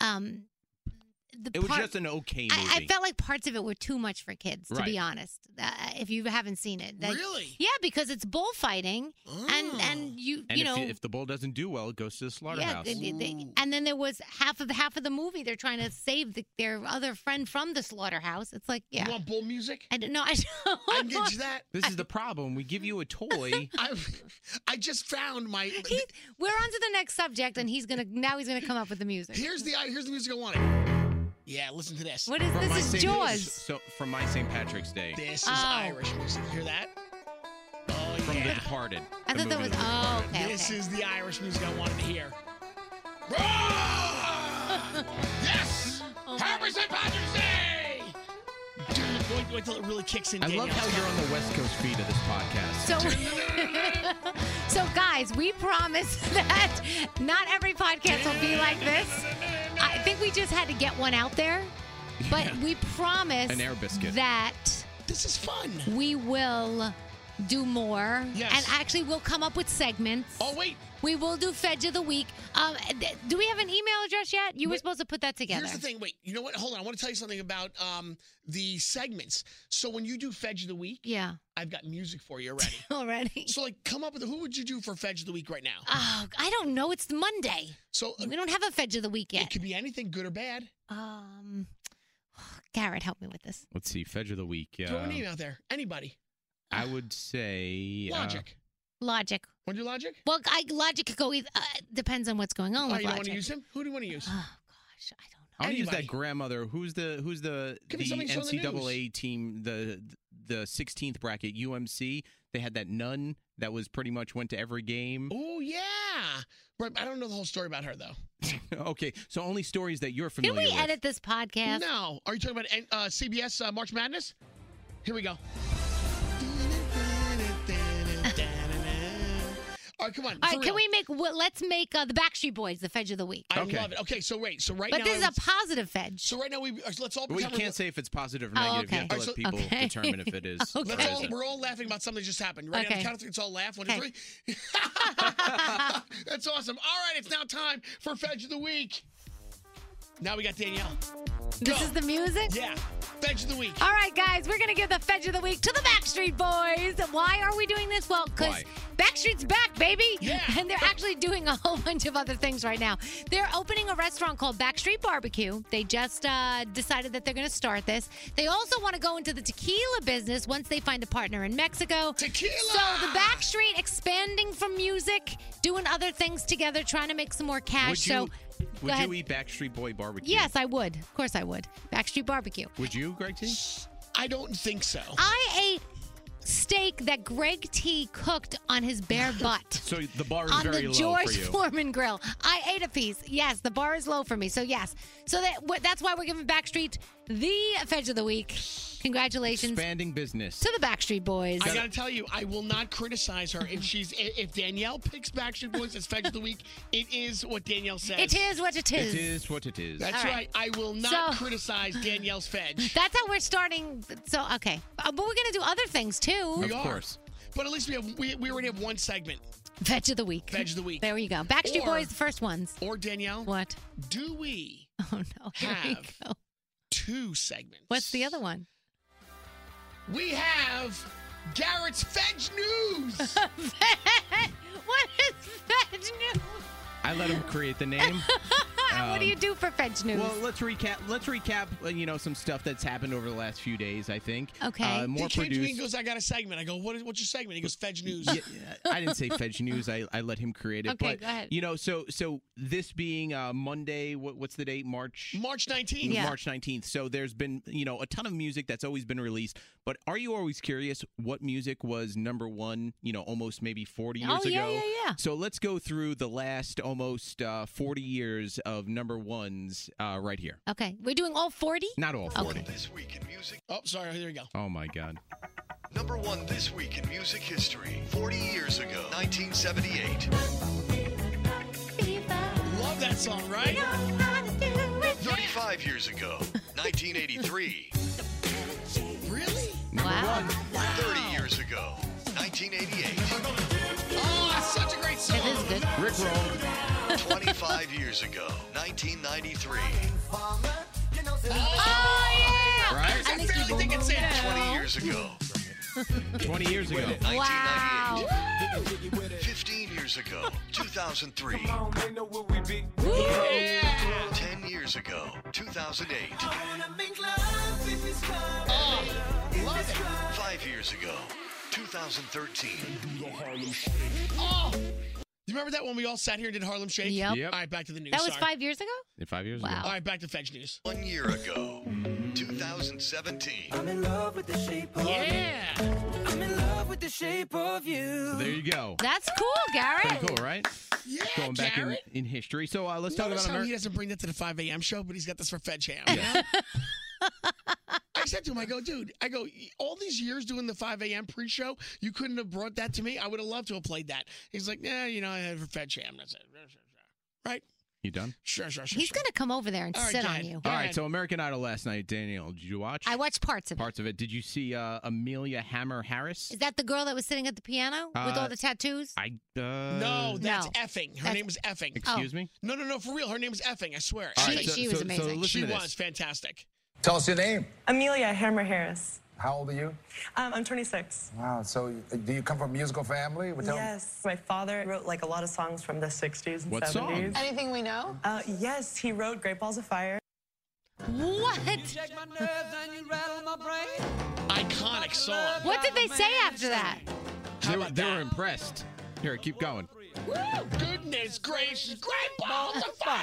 Speaker 2: um, the
Speaker 4: it was
Speaker 2: part-
Speaker 4: just an okay movie.
Speaker 2: I, I felt like parts of it were too much for kids, to be
Speaker 4: Right.
Speaker 2: honest. Uh, if you haven't seen it, That-
Speaker 1: Really?
Speaker 2: Yeah, because it's bullfighting,
Speaker 4: Oh.
Speaker 2: and and you
Speaker 4: Uh-huh. and
Speaker 2: you
Speaker 4: if,
Speaker 2: know
Speaker 4: the- if the bull doesn't do well, it goes to the slaughterhouse.
Speaker 2: yeah, they- they-
Speaker 1: Ooh.
Speaker 2: and then there was half of half of the movie they're trying to save the, their other friend from the slaughterhouse. It's like, yeah,
Speaker 1: You want bull music?
Speaker 2: I don't know. I don't.
Speaker 1: I can get you that.
Speaker 4: this is the problem. We give you a toy.
Speaker 1: I, I just found my.
Speaker 2: He- we're on to the next subject, and he's gonna now he's gonna come up with the music.
Speaker 1: here's the here's the music I wanted. Yeah, listen to this.
Speaker 2: What is
Speaker 4: from my
Speaker 2: this? Is
Speaker 4: Saint-
Speaker 2: Jaws?
Speaker 4: So from my St. Patrick's Day.
Speaker 1: This is
Speaker 2: Oh.
Speaker 1: Irish music. You hear that? Oh
Speaker 4: From The
Speaker 1: yeah.
Speaker 4: Departed.
Speaker 2: I
Speaker 4: the
Speaker 2: thought that
Speaker 4: movie
Speaker 2: was.
Speaker 4: The
Speaker 2: Oh,
Speaker 4: Departed.
Speaker 2: okay.
Speaker 1: This
Speaker 2: okay.
Speaker 1: is the Irish music I wanted to hear. Roar! yes!
Speaker 2: Oh
Speaker 1: Happy St. Patrick's Day! Dude, wait, wait till it really kicks in.
Speaker 4: I love
Speaker 1: Danielle.
Speaker 4: how you're on the West Coast feed of this podcast.
Speaker 2: So, so guys, we promise that not every podcast will be like this. I think we just had to get one out there, but we promise
Speaker 4: An air biscuit.
Speaker 2: that.
Speaker 1: This is fun.
Speaker 2: We will do more.
Speaker 1: Yes.
Speaker 2: And actually, we'll come up with segments.
Speaker 1: Oh, wait.
Speaker 2: We will do Fedge of the Week. Um, th- do we have an email address yet? You were supposed to put that together.
Speaker 1: Here's the thing. Wait, you know what? Hold on. I want to tell you something about um, the segments. So when you do Fedge of the Week,
Speaker 2: Yeah,
Speaker 1: I've got music for you already.
Speaker 2: already.
Speaker 1: so like, come up with who would you do for Fedge of the Week right now?
Speaker 2: Oh, I don't know. It's Monday.
Speaker 1: So uh,
Speaker 2: We don't have a Fedge of the Week
Speaker 1: it
Speaker 2: yet.
Speaker 1: could be anything, good or bad.
Speaker 2: Um, Garrett, help me with this.
Speaker 4: Let's see, Fedge of the Week.
Speaker 1: Throw
Speaker 4: uh,
Speaker 1: an name out there. Anybody.
Speaker 4: I would say uh,
Speaker 1: Logic.
Speaker 2: Logic.
Speaker 1: Want to do logic?
Speaker 2: Well, I, logic could go either. Uh, depends on what's going on
Speaker 1: Oh,
Speaker 2: with
Speaker 1: you don't want
Speaker 2: logic.
Speaker 1: to use him? Who do you want to use?
Speaker 2: oh gosh, I don't know.
Speaker 4: I'm gonna use
Speaker 1: Anybody.
Speaker 4: that grandmother. Who's the who's the
Speaker 1: Could be
Speaker 4: the
Speaker 1: somebody who's on the
Speaker 4: NCAA team the the 16th bracket UMC? They had that nun that was pretty much went to every game.
Speaker 1: Oh yeah. Right. I don't know the whole story about her though.
Speaker 4: okay, so only stories that you're
Speaker 2: Oh. Can
Speaker 4: familiar
Speaker 2: we
Speaker 4: with.
Speaker 2: edit this podcast?
Speaker 1: No. Are you talking about uh, CBS uh, March Madness? Here we go. All right, come on.
Speaker 2: All
Speaker 1: for
Speaker 2: right,
Speaker 1: real.
Speaker 2: can we make? Well, let's make uh, the Backstreet Boys the Fedge of the Week.
Speaker 1: I
Speaker 4: Okay.
Speaker 1: love it. Okay, so wait. So right
Speaker 2: But
Speaker 1: now,
Speaker 2: this is
Speaker 1: I
Speaker 2: a
Speaker 1: would-
Speaker 2: positive Fedge.
Speaker 1: so right now we uh, let's all
Speaker 4: Well, you
Speaker 1: pretend we're-
Speaker 4: can't say if it's positive or
Speaker 2: Oh,
Speaker 4: negative. You
Speaker 2: okay.
Speaker 4: have to
Speaker 1: All
Speaker 4: let
Speaker 1: right, so-
Speaker 4: people
Speaker 2: okay.
Speaker 4: determine if it is.
Speaker 2: Let's
Speaker 4: or
Speaker 1: Let's
Speaker 2: Okay.
Speaker 1: all,
Speaker 4: isn't.
Speaker 1: we're all laughing about something that just happened. Right on
Speaker 2: Okay.
Speaker 1: the count of three, it's all laugh. One, two,
Speaker 2: Okay.
Speaker 1: three. That's awesome. All right, it's now time for Fedge of the Week. Now we got Danielle.
Speaker 2: this
Speaker 1: go.
Speaker 2: is the music?
Speaker 1: Yeah, Fedge of the Week.
Speaker 2: All right, guys, we're going to give the Fedge of the Week to the Backstreet Boys. Why are we doing this? Well, because
Speaker 4: Why?
Speaker 2: Backstreet's back, baby.
Speaker 1: Yeah.
Speaker 2: And they're actually doing a whole bunch of other things right now. They're opening a restaurant called Backstreet Barbecue. They just uh, decided that they're going to start this. They also want to go into the tequila business once they find a partner in Mexico.
Speaker 1: Tequila!
Speaker 2: So the Backstreet expanding from music, doing other things together, trying to make some more cash.
Speaker 4: Would
Speaker 2: so
Speaker 4: you
Speaker 2: go
Speaker 4: would
Speaker 2: ahead.
Speaker 4: you eat Backstreet Boy barbecue?
Speaker 2: Yes, I would. Of course, I would. Backstreet Barbecue.
Speaker 4: Would you, Greg T?
Speaker 1: I don't think so.
Speaker 2: I ate steak that Greg T cooked on his bare butt.
Speaker 4: So the bar is
Speaker 2: On
Speaker 4: very
Speaker 2: the
Speaker 4: low
Speaker 2: George
Speaker 4: for you.
Speaker 2: Foreman grill, I ate a piece. Yes, the bar is low for me, so yes. So that wh- that's why we're giving Backstreet the Fedge of the Week. Congratulations
Speaker 4: Expanding business.
Speaker 2: to the Backstreet Boys.
Speaker 1: I gotta tell you, I will not criticize her if she's i- if Danielle picks Backstreet Boys as Fetch of the Week. It is what Danielle says.
Speaker 2: it is what it is.
Speaker 4: it is what it is.
Speaker 1: That's
Speaker 2: All
Speaker 1: right.
Speaker 2: right.
Speaker 1: I will not
Speaker 2: So-
Speaker 1: criticize Danielle's Fedge.
Speaker 2: That's how we're starting. So okay, Uh, but we're gonna do other things too.
Speaker 4: of
Speaker 1: are.
Speaker 4: course.
Speaker 1: But at least we have we, we already have one segment,
Speaker 2: Fedge of the Week.
Speaker 1: Fedge of the Week.
Speaker 2: There you go. Backstreet
Speaker 1: Or-
Speaker 2: Boys, the first ones.
Speaker 1: Or Danielle,
Speaker 2: What?
Speaker 1: do we
Speaker 2: Oh no! Here we
Speaker 1: Have.
Speaker 2: go.
Speaker 1: two segments?
Speaker 2: What's the other one?
Speaker 1: We have Garrett's Fedge News.
Speaker 2: what is that new?
Speaker 4: I let him create the name.
Speaker 2: what do
Speaker 4: Um,
Speaker 2: you do for French news?
Speaker 4: Well, let's recap. Let's recap. uh, You know, some stuff that's happened over the last few days. I think.
Speaker 2: Okay.
Speaker 4: Uh, more
Speaker 1: he came to me
Speaker 4: produced.
Speaker 1: and goes, I got a segment. I go, what is, what's your segment? He goes, Fedge News.
Speaker 4: Yeah, yeah, I didn't say Fedge News. I, I let him create it.
Speaker 2: Okay,
Speaker 4: but,
Speaker 2: go ahead.
Speaker 4: You know, so so this being uh, Monday, what, what's the date? March.
Speaker 1: March 19th.
Speaker 2: Yeah.
Speaker 4: March 19th. So there's been, you know, a ton of music that's always been released. But are you always curious what music was number one, you know, almost maybe 40 years
Speaker 2: oh yeah,
Speaker 4: ago?
Speaker 2: yeah, yeah.
Speaker 4: So let's go through the last almost uh, 40 years of number ones uh, right here.
Speaker 2: Okay, we're doing all forty.
Speaker 4: Not all
Speaker 2: Oh.
Speaker 4: 40.
Speaker 5: This week in music,
Speaker 1: Oh, sorry. Here we go.
Speaker 4: Oh my God.
Speaker 5: number one this week in music history, 40 years ago, 1978.
Speaker 1: Love that song, right?
Speaker 5: 35 years ago, 1983.
Speaker 1: Really?
Speaker 2: Wow.
Speaker 5: 30 years ago, 1988.
Speaker 1: Oh, that's such a great song. Oh,
Speaker 2: This is good.
Speaker 4: Rick Roll.
Speaker 5: 25 years ago, 1993.
Speaker 2: Oh yeah.
Speaker 4: Right?
Speaker 1: I barely think it's it.
Speaker 5: 20 years ago,
Speaker 4: 20 years ago.
Speaker 5: 1998.
Speaker 2: Wow.
Speaker 5: 15 years ago, 2003.
Speaker 1: Yeah.
Speaker 5: 10 years ago, 2008.
Speaker 1: Oh, love it.
Speaker 5: Five years ago, 2013.
Speaker 1: Oh. You remember that when we all sat here and did Harlem Shake?
Speaker 2: Yep.
Speaker 4: Yep.
Speaker 1: All right, back to the news.
Speaker 2: That was
Speaker 1: Sorry.
Speaker 2: five years ago.
Speaker 4: In five years
Speaker 2: Wow.
Speaker 1: All right, back to Fedge News.
Speaker 5: One year ago, 2017.
Speaker 1: Yeah.
Speaker 4: ago. There you go.
Speaker 2: That's cool, Garrett.
Speaker 4: Pretty cool, right?
Speaker 1: Yeah,
Speaker 4: Going back in,
Speaker 1: Garrett.
Speaker 4: in history. So uh, let's talk
Speaker 1: Notice
Speaker 4: about
Speaker 1: how he
Speaker 4: America.
Speaker 1: doesn't bring that to the 5 a.m. show, but he's got this for Fedge Ham. I said to him, I go, dude, I go, all these years doing the 5 a.m. pre show, you couldn't have brought that to me. I would have loved to have played that. He's like, nah, you know, I had for Fedge Ham. That's it. Right?
Speaker 4: You done?
Speaker 1: Sure, sure, sure.
Speaker 2: He's
Speaker 1: sure.
Speaker 2: gonna come over there and
Speaker 1: All right,
Speaker 2: sit
Speaker 1: go
Speaker 2: on
Speaker 1: ahead.
Speaker 2: you.
Speaker 1: Go
Speaker 4: All right.
Speaker 1: ahead.
Speaker 4: So American Idol last night, Daniel. Did you watch?
Speaker 2: I watched parts of it.
Speaker 4: parts of it. Did you see uh, Amelia Hammer Harris?
Speaker 2: Is that the girl that was sitting at the piano with
Speaker 4: Uh,
Speaker 2: all the tattoos?
Speaker 4: I uh,
Speaker 1: No, that's
Speaker 2: No.
Speaker 1: effing. Her
Speaker 2: That's- Oh.
Speaker 1: name is effing.
Speaker 4: Excuse me.
Speaker 1: No, no, no, for real. Her name is effing. I swear.
Speaker 4: All
Speaker 2: She-
Speaker 4: right, so-
Speaker 2: she was
Speaker 4: so- so
Speaker 2: amazing.
Speaker 4: listen
Speaker 1: she
Speaker 4: to this.
Speaker 1: was fantastic.
Speaker 7: Tell us your name.
Speaker 8: Amelia Hammer Harris.
Speaker 7: How old are you?
Speaker 8: Um, I'm 26.
Speaker 7: Wow. So, uh, do you come from a musical family? Well, tell-
Speaker 8: Yes. My father wrote like a lot of songs from the 60s and
Speaker 4: What
Speaker 8: 70s.
Speaker 4: song?
Speaker 9: Anything we know?
Speaker 8: Uh, yes, he wrote Great Balls of Fire.
Speaker 2: What?
Speaker 1: Iconic song.
Speaker 2: What did they say after that?
Speaker 4: They were,
Speaker 1: about
Speaker 4: they were
Speaker 1: that?
Speaker 4: impressed. Here, keep going.
Speaker 1: Goodness gracious. Great balls of fire.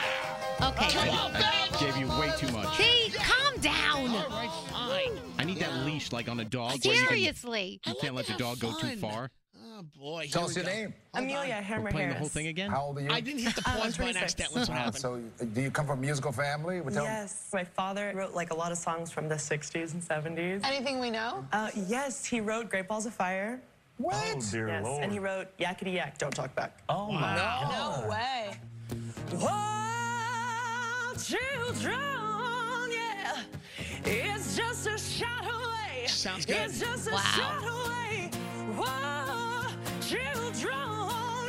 Speaker 1: Come
Speaker 2: Okay.
Speaker 1: on, babe.
Speaker 4: Gave you way too much.
Speaker 2: See, calm
Speaker 1: All
Speaker 2: down.
Speaker 1: right, fine.
Speaker 4: I need that leash like on a dog. where you can-
Speaker 2: Seriously.
Speaker 4: You, can't let the dog go too
Speaker 1: fun.
Speaker 4: far.
Speaker 1: Oh, boy.
Speaker 7: Tell
Speaker 1: here
Speaker 7: us
Speaker 1: we
Speaker 7: your
Speaker 1: go.
Speaker 7: name.
Speaker 8: Amelia Hammer
Speaker 4: Oh We're playing
Speaker 8: Harris.
Speaker 4: the whole thing again.
Speaker 7: How old are you?
Speaker 1: I didn't
Speaker 2: Uh,
Speaker 1: hit the
Speaker 8: I'm
Speaker 1: pause button
Speaker 8: 26.
Speaker 1: accidentally.
Speaker 4: Uh-huh.
Speaker 1: That's what
Speaker 7: Wow,
Speaker 1: happened.
Speaker 7: so, uh, do you come from a musical family? Well, tell-
Speaker 8: Yes, my father wrote like a lot of songs from the 60s and 70s.
Speaker 9: Anything we know?
Speaker 8: Uh, yes, he wrote Great Balls of Fire.
Speaker 7: What?
Speaker 8: yes, and he wrote Yakety Yak, Don't Talk Back.
Speaker 9: No way.
Speaker 8: Oh, children, yeah, it's just a shot away.
Speaker 1: Sounds good.
Speaker 8: It's just a
Speaker 2: Wow.
Speaker 8: shot away. Oh, children,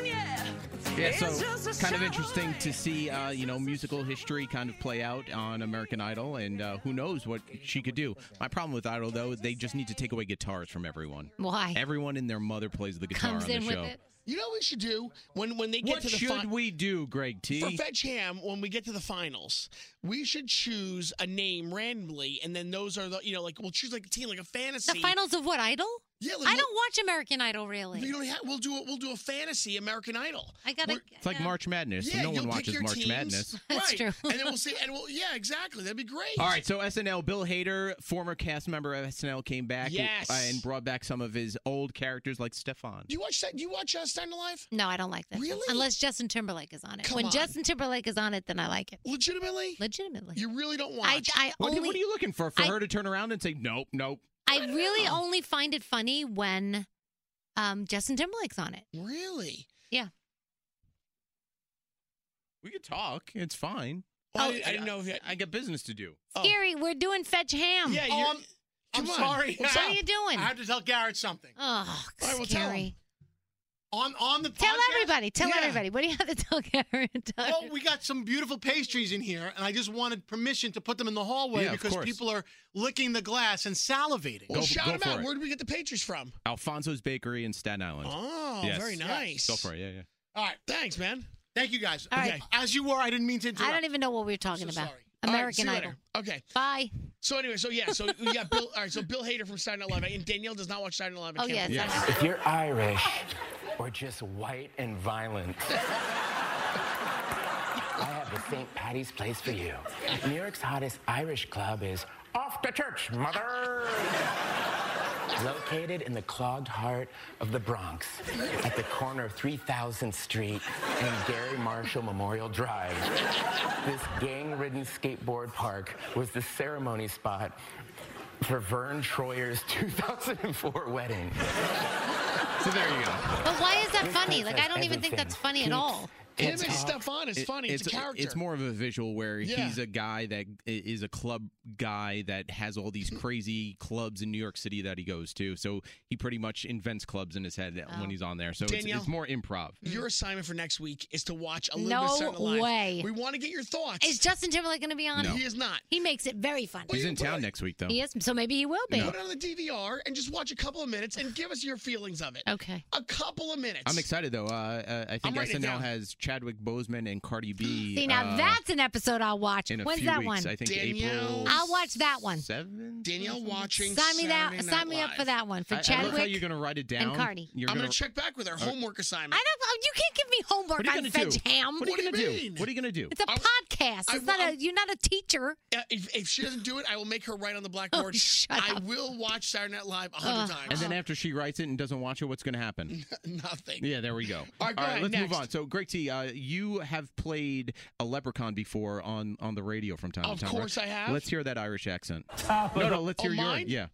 Speaker 8: yeah.
Speaker 4: Yeah,
Speaker 8: it's just
Speaker 4: so
Speaker 8: a
Speaker 4: kind of
Speaker 8: shot
Speaker 4: interesting to
Speaker 8: away.
Speaker 4: see, uh, you know, musical history kind of play out on American Idol, and uh, who knows what she could do. My problem with Idol, though, they just need to take away guitars from everyone.
Speaker 2: Why?
Speaker 4: Everyone and their mother plays the guitar
Speaker 2: Comes
Speaker 4: on the
Speaker 2: in with
Speaker 4: show.
Speaker 2: it.
Speaker 1: You know what we should do when when they get
Speaker 4: What
Speaker 1: to the
Speaker 4: should
Speaker 1: fi-
Speaker 4: we do, Greg T?
Speaker 1: for Fetch Ham when we get to the finals? We should choose a name randomly, and then those are the you know like we'll choose like a team like a fantasy.
Speaker 2: The finals of what idol?
Speaker 1: Yeah, like
Speaker 2: I
Speaker 1: we'll-
Speaker 2: don't watch American Idol really.
Speaker 1: You don't have. We'll do it. We'll do a fantasy American Idol.
Speaker 2: I gotta.
Speaker 1: We're-
Speaker 4: It's like
Speaker 2: uh,
Speaker 4: March Madness.
Speaker 1: Yeah,
Speaker 4: no
Speaker 1: you'll
Speaker 4: one
Speaker 1: pick
Speaker 4: watches
Speaker 1: your
Speaker 4: March
Speaker 1: teams.
Speaker 4: Madness.
Speaker 2: That's
Speaker 1: right.
Speaker 2: true.
Speaker 1: and then we'll see. And we'll yeah, exactly. That'd be great.
Speaker 4: All right, so SNL, Bill Hader, former cast member of SNL, came back
Speaker 1: Yes.
Speaker 4: uh, and brought back some of his old characters like Stefan.
Speaker 1: Do you watch that? Do you watch uh, Stand Alive?
Speaker 2: No, I don't like that.
Speaker 1: Really?
Speaker 2: Unless Justin Timberlake is on it.
Speaker 1: Come
Speaker 2: when
Speaker 1: on.
Speaker 2: Justin Timberlake is on it, then I like it.
Speaker 1: Legitimately,
Speaker 2: Legitimately.
Speaker 1: you really don't
Speaker 2: I,
Speaker 1: watch.
Speaker 2: I
Speaker 4: What,
Speaker 2: only
Speaker 4: what are you looking for? For
Speaker 2: I-
Speaker 4: her to turn around and say, nope, nope.
Speaker 2: I really only find it funny when um, Justin Timberlake's on it.
Speaker 1: really?
Speaker 4: We could talk. It's fine.
Speaker 1: Oh, I, didn't- I didn't know. If you,
Speaker 4: I got business to do.
Speaker 1: Oh.
Speaker 2: Gary, we're doing fetch ham.
Speaker 1: yeah,
Speaker 2: oh,
Speaker 1: you're,
Speaker 2: I'm-
Speaker 1: come
Speaker 10: I'm
Speaker 1: on.
Speaker 10: sorry.
Speaker 1: What's
Speaker 2: what
Speaker 1: up?
Speaker 2: are you doing?
Speaker 10: I have to tell Garrett something.
Speaker 2: oh,
Speaker 1: All right, well, tell
Speaker 2: Gary.
Speaker 10: On on the
Speaker 2: Tell,
Speaker 10: podcast-
Speaker 2: everybody. Tell
Speaker 10: Yeah.
Speaker 2: everybody. What do you have to tell Gary?
Speaker 10: Well, we got some beautiful pastries in here, and I just wanted permission to put them in the hallway
Speaker 4: Yeah, of
Speaker 10: because
Speaker 4: course.
Speaker 10: people are licking the glass and salivating.
Speaker 1: Well,
Speaker 4: Go-
Speaker 1: shout
Speaker 4: go
Speaker 1: them
Speaker 4: for
Speaker 1: out.
Speaker 4: it.
Speaker 1: Where did we get the Patriots from?
Speaker 4: Alfonso's Bakery in Staten Island.
Speaker 1: Oh,
Speaker 4: Yes.
Speaker 1: very nice.
Speaker 4: Go for it. Yeah, yeah.
Speaker 1: All right, thanks, man.
Speaker 10: Thank you guys.
Speaker 2: All right.
Speaker 10: As you were, I didn't mean to interrupt.
Speaker 2: I don't even know what we were talking about.
Speaker 1: All right,
Speaker 2: American
Speaker 1: see you
Speaker 2: Idol.
Speaker 1: later. Okay.
Speaker 2: Bye.
Speaker 1: So anyway, so yeah, so we got Bill. All right, so Bill Hader from Saturday Night Live, and Danielle does not watch Saturday Night Live. I
Speaker 2: Oh,
Speaker 1: can't
Speaker 2: yes,
Speaker 1: believe it.
Speaker 11: If you're Irish or just white and violent, I have the St. Patty's place for you. New York's hottest Irish club is Off the Church, Mother! Located in the clogged heart of the Bronx, at the corner of 3000th Street and Gary Marshall Memorial Drive, this gang ridden skateboard park was the ceremony spot for Vern Troyer's 2004 wedding. So there you go.
Speaker 2: But why is that
Speaker 11: This
Speaker 2: funny?
Speaker 11: place
Speaker 2: Like,
Speaker 11: has
Speaker 2: I don't even think
Speaker 11: everything.
Speaker 2: that's funny at all.
Speaker 1: Him and Stefan is
Speaker 4: It-
Speaker 1: funny. It's, a character.
Speaker 4: It's more of a visual where
Speaker 1: Yeah.
Speaker 4: he's a guy that i- is a club guy that has all these crazy clubs in New York City that he goes to. So he pretty much invents clubs in his head
Speaker 2: Oh.
Speaker 4: when he's on there. So it's,
Speaker 1: Danielle?
Speaker 4: it's more improv.
Speaker 1: Your assignment for next week is to watch a little
Speaker 2: No
Speaker 1: bit of Saturday Night Live.
Speaker 2: way.
Speaker 1: We want to get your thoughts.
Speaker 2: Is Justin Timberlake going to be on?
Speaker 4: No.
Speaker 2: it?
Speaker 4: He
Speaker 1: is not.
Speaker 2: He makes it very funny.
Speaker 4: He's in town next week, though.
Speaker 2: He is, so maybe he will be.
Speaker 1: Put it on the DVR and just watch a couple of minutes and give us your feelings of it.
Speaker 2: Okay.
Speaker 1: A couple of minutes.
Speaker 4: I'm excited though. Uh, uh, I
Speaker 1: I'm
Speaker 4: think
Speaker 1: writing it
Speaker 4: SNL
Speaker 1: down.
Speaker 4: has Chadwick Boseman and Cardi B.
Speaker 2: See, now
Speaker 4: uh,
Speaker 2: that's an episode I'll watch.
Speaker 4: in a
Speaker 2: When's
Speaker 4: few
Speaker 2: that
Speaker 4: weeks.
Speaker 2: one?
Speaker 4: I think April
Speaker 2: I'll watch that one.
Speaker 4: seven.
Speaker 1: Danielle watching.
Speaker 2: Mm-hmm. Sign me that.
Speaker 1: Saturday Night
Speaker 2: Sign me up
Speaker 1: Live.
Speaker 2: for that one for
Speaker 4: I- I love
Speaker 2: Chadwick.
Speaker 4: how you're gonna write it down.
Speaker 2: Cardi.
Speaker 4: You're
Speaker 1: I'm going to check back with her
Speaker 4: Okay.
Speaker 1: homework assignment.
Speaker 2: I don't. oh, You can't give me homework
Speaker 4: What are you
Speaker 2: on
Speaker 4: gonna
Speaker 2: veg
Speaker 4: do?
Speaker 2: ham.
Speaker 4: What are you
Speaker 1: What do
Speaker 4: gonna
Speaker 1: you
Speaker 4: do?
Speaker 1: mean?
Speaker 4: What are you gonna do?
Speaker 2: It's a
Speaker 1: I-
Speaker 2: podcast.
Speaker 1: I-
Speaker 2: It's not a.
Speaker 1: I'm-
Speaker 2: You're not a teacher.
Speaker 1: Uh, if, if she doesn't do it, I will make her write on the blackboard.
Speaker 2: Oh, shut
Speaker 1: I will watch Saturday Night Live a hundred
Speaker 4: And
Speaker 1: times.
Speaker 4: then after she writes it and doesn't watch it, what's gonna happen?
Speaker 1: Nothing.
Speaker 4: Yeah, there we go.
Speaker 1: All right, go ahead,
Speaker 4: let's move
Speaker 1: next.
Speaker 4: on. So, Greg T, uh, you have played a leprechaun before on on the radio from time
Speaker 1: Of
Speaker 4: to time.
Speaker 1: course I have.
Speaker 4: Let's hear that Irish accent. no, no, let's
Speaker 1: Oh,
Speaker 4: hear
Speaker 1: mine?
Speaker 4: your. Yeah,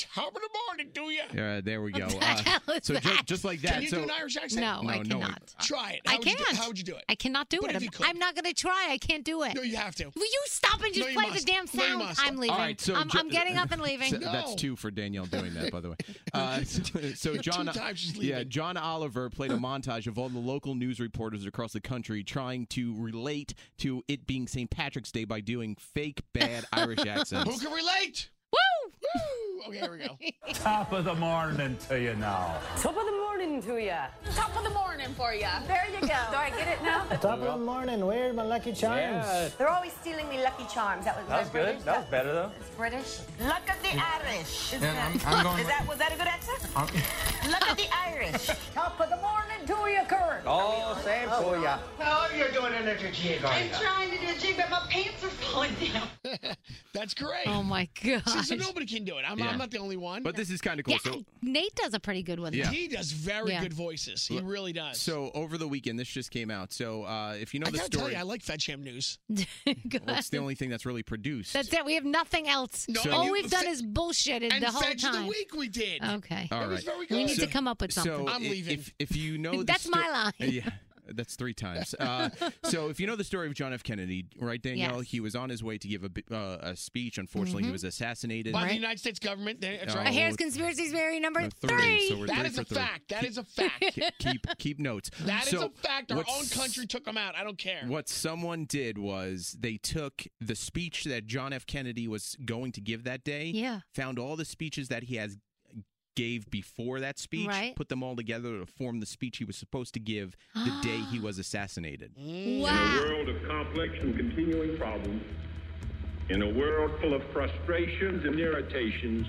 Speaker 1: Top of the morning, do you?
Speaker 4: uh, there we go.
Speaker 2: the hell is
Speaker 4: so ju-
Speaker 2: that?
Speaker 4: just like that.
Speaker 1: Can you
Speaker 4: so
Speaker 1: do an Irish accent?
Speaker 2: No,
Speaker 4: No,
Speaker 2: I
Speaker 4: no,
Speaker 2: cannot.
Speaker 1: Try it.
Speaker 2: I
Speaker 1: How would you do-
Speaker 2: can't.
Speaker 1: how would you do it?
Speaker 2: I cannot do
Speaker 1: But
Speaker 2: it.
Speaker 1: if you
Speaker 2: I'm,
Speaker 1: could.
Speaker 2: I'm not going to try. I can't do it.
Speaker 1: No, you have to.
Speaker 2: Will you stop and just
Speaker 1: No, you
Speaker 2: play
Speaker 1: must.
Speaker 2: the damn
Speaker 1: No, you
Speaker 2: sound?
Speaker 1: must.
Speaker 2: I'm leaving.
Speaker 4: All right, so
Speaker 2: I'm,
Speaker 4: ju-
Speaker 2: I'm getting up and leaving.
Speaker 4: So That's
Speaker 1: No.
Speaker 4: two for Danielle doing that, by the way. Uh, so, so John,
Speaker 1: times she's
Speaker 4: yeah,
Speaker 1: leaving.
Speaker 4: John Oliver played a montage of all the local news reporters across the country trying to relate to it being St. Patrick's Day by doing fake bad Irish accents.
Speaker 1: Who can relate?
Speaker 2: Woo!
Speaker 1: Woo! Okay, here we go.
Speaker 12: Top of the morning to you now.
Speaker 9: Top of the morning to ya. Top of the morning for ya. There you go. Do I get it now?
Speaker 12: Top of the morning, where are my lucky charms?
Speaker 9: They're always stealing me Lucky Charms. That was,
Speaker 12: That was good. That was better though.
Speaker 9: British. Luck of the Irish. Is,
Speaker 12: Yeah, I'm- I'm going
Speaker 9: is that was that a good accent? Luck of the Irish. Top of the morning to ya, Kurt.
Speaker 12: Oh, same for ya.
Speaker 13: Oh, you're doing an energy jig, are I'm trying to do a jig, but my pants are falling down.
Speaker 1: That's great.
Speaker 2: Oh my
Speaker 1: So,
Speaker 2: god.
Speaker 1: so nobody can do it. I'm,
Speaker 4: Yeah.
Speaker 1: I'm not the only one.
Speaker 4: But this is kind of cool.
Speaker 2: Yeah,
Speaker 4: So,
Speaker 2: Nate does a pretty good one.
Speaker 4: Yeah.
Speaker 1: he does very
Speaker 2: Yeah.
Speaker 1: good voices. He really does.
Speaker 4: so over the weekend, this just came out. So uh, if you know
Speaker 1: I
Speaker 4: the
Speaker 1: gotta tell
Speaker 4: story,
Speaker 1: you, I like Fetcham News.
Speaker 2: Good.
Speaker 4: well, it's the only thing that's really produced.
Speaker 2: That's it. We have nothing else.
Speaker 1: No,
Speaker 4: So-
Speaker 2: All
Speaker 1: and you-
Speaker 2: we've done
Speaker 1: Fe-
Speaker 2: is bullshitted
Speaker 1: and
Speaker 2: the whole
Speaker 1: Fetch
Speaker 2: time.
Speaker 1: the week we did.
Speaker 2: Okay.
Speaker 4: All
Speaker 1: That was
Speaker 4: right.
Speaker 1: very
Speaker 2: We
Speaker 1: good.
Speaker 2: need to come up with
Speaker 4: So
Speaker 2: something.
Speaker 1: I'm
Speaker 4: i-
Speaker 1: leaving.
Speaker 4: If, if you know the
Speaker 2: That's my
Speaker 4: sto-
Speaker 2: line.
Speaker 4: Yeah. That's three times. Uh, so, if you know the story of John F. Kennedy, right, Danielle?
Speaker 2: Yes. Mm-hmm.
Speaker 4: He was on his way to give a, bi- uh, a speech. Unfortunately, he was assassinated.
Speaker 1: By the United States government. That- That's
Speaker 4: Oh,
Speaker 2: Uh,
Speaker 1: right.
Speaker 2: Here's conspiracy theory number
Speaker 4: No,
Speaker 2: three.
Speaker 4: So we're
Speaker 1: That
Speaker 4: three
Speaker 1: is
Speaker 4: for
Speaker 1: a
Speaker 4: three.
Speaker 1: fact. That is a fact.
Speaker 4: Ke- Keep keep notes.
Speaker 1: That is
Speaker 4: So
Speaker 1: a fact. Our
Speaker 4: what's-
Speaker 1: own country took them out. I don't care.
Speaker 4: What someone did was they took the speech that John F. Kennedy was going to give that day.
Speaker 2: Yeah.
Speaker 4: Found all the speeches that he has gave before that speech.
Speaker 2: Right.
Speaker 4: Put them all together to form the speech he was supposed to give the day he was assassinated.
Speaker 2: Wow.
Speaker 14: world of complex and continuing problems, in a world full of frustrations and irritations,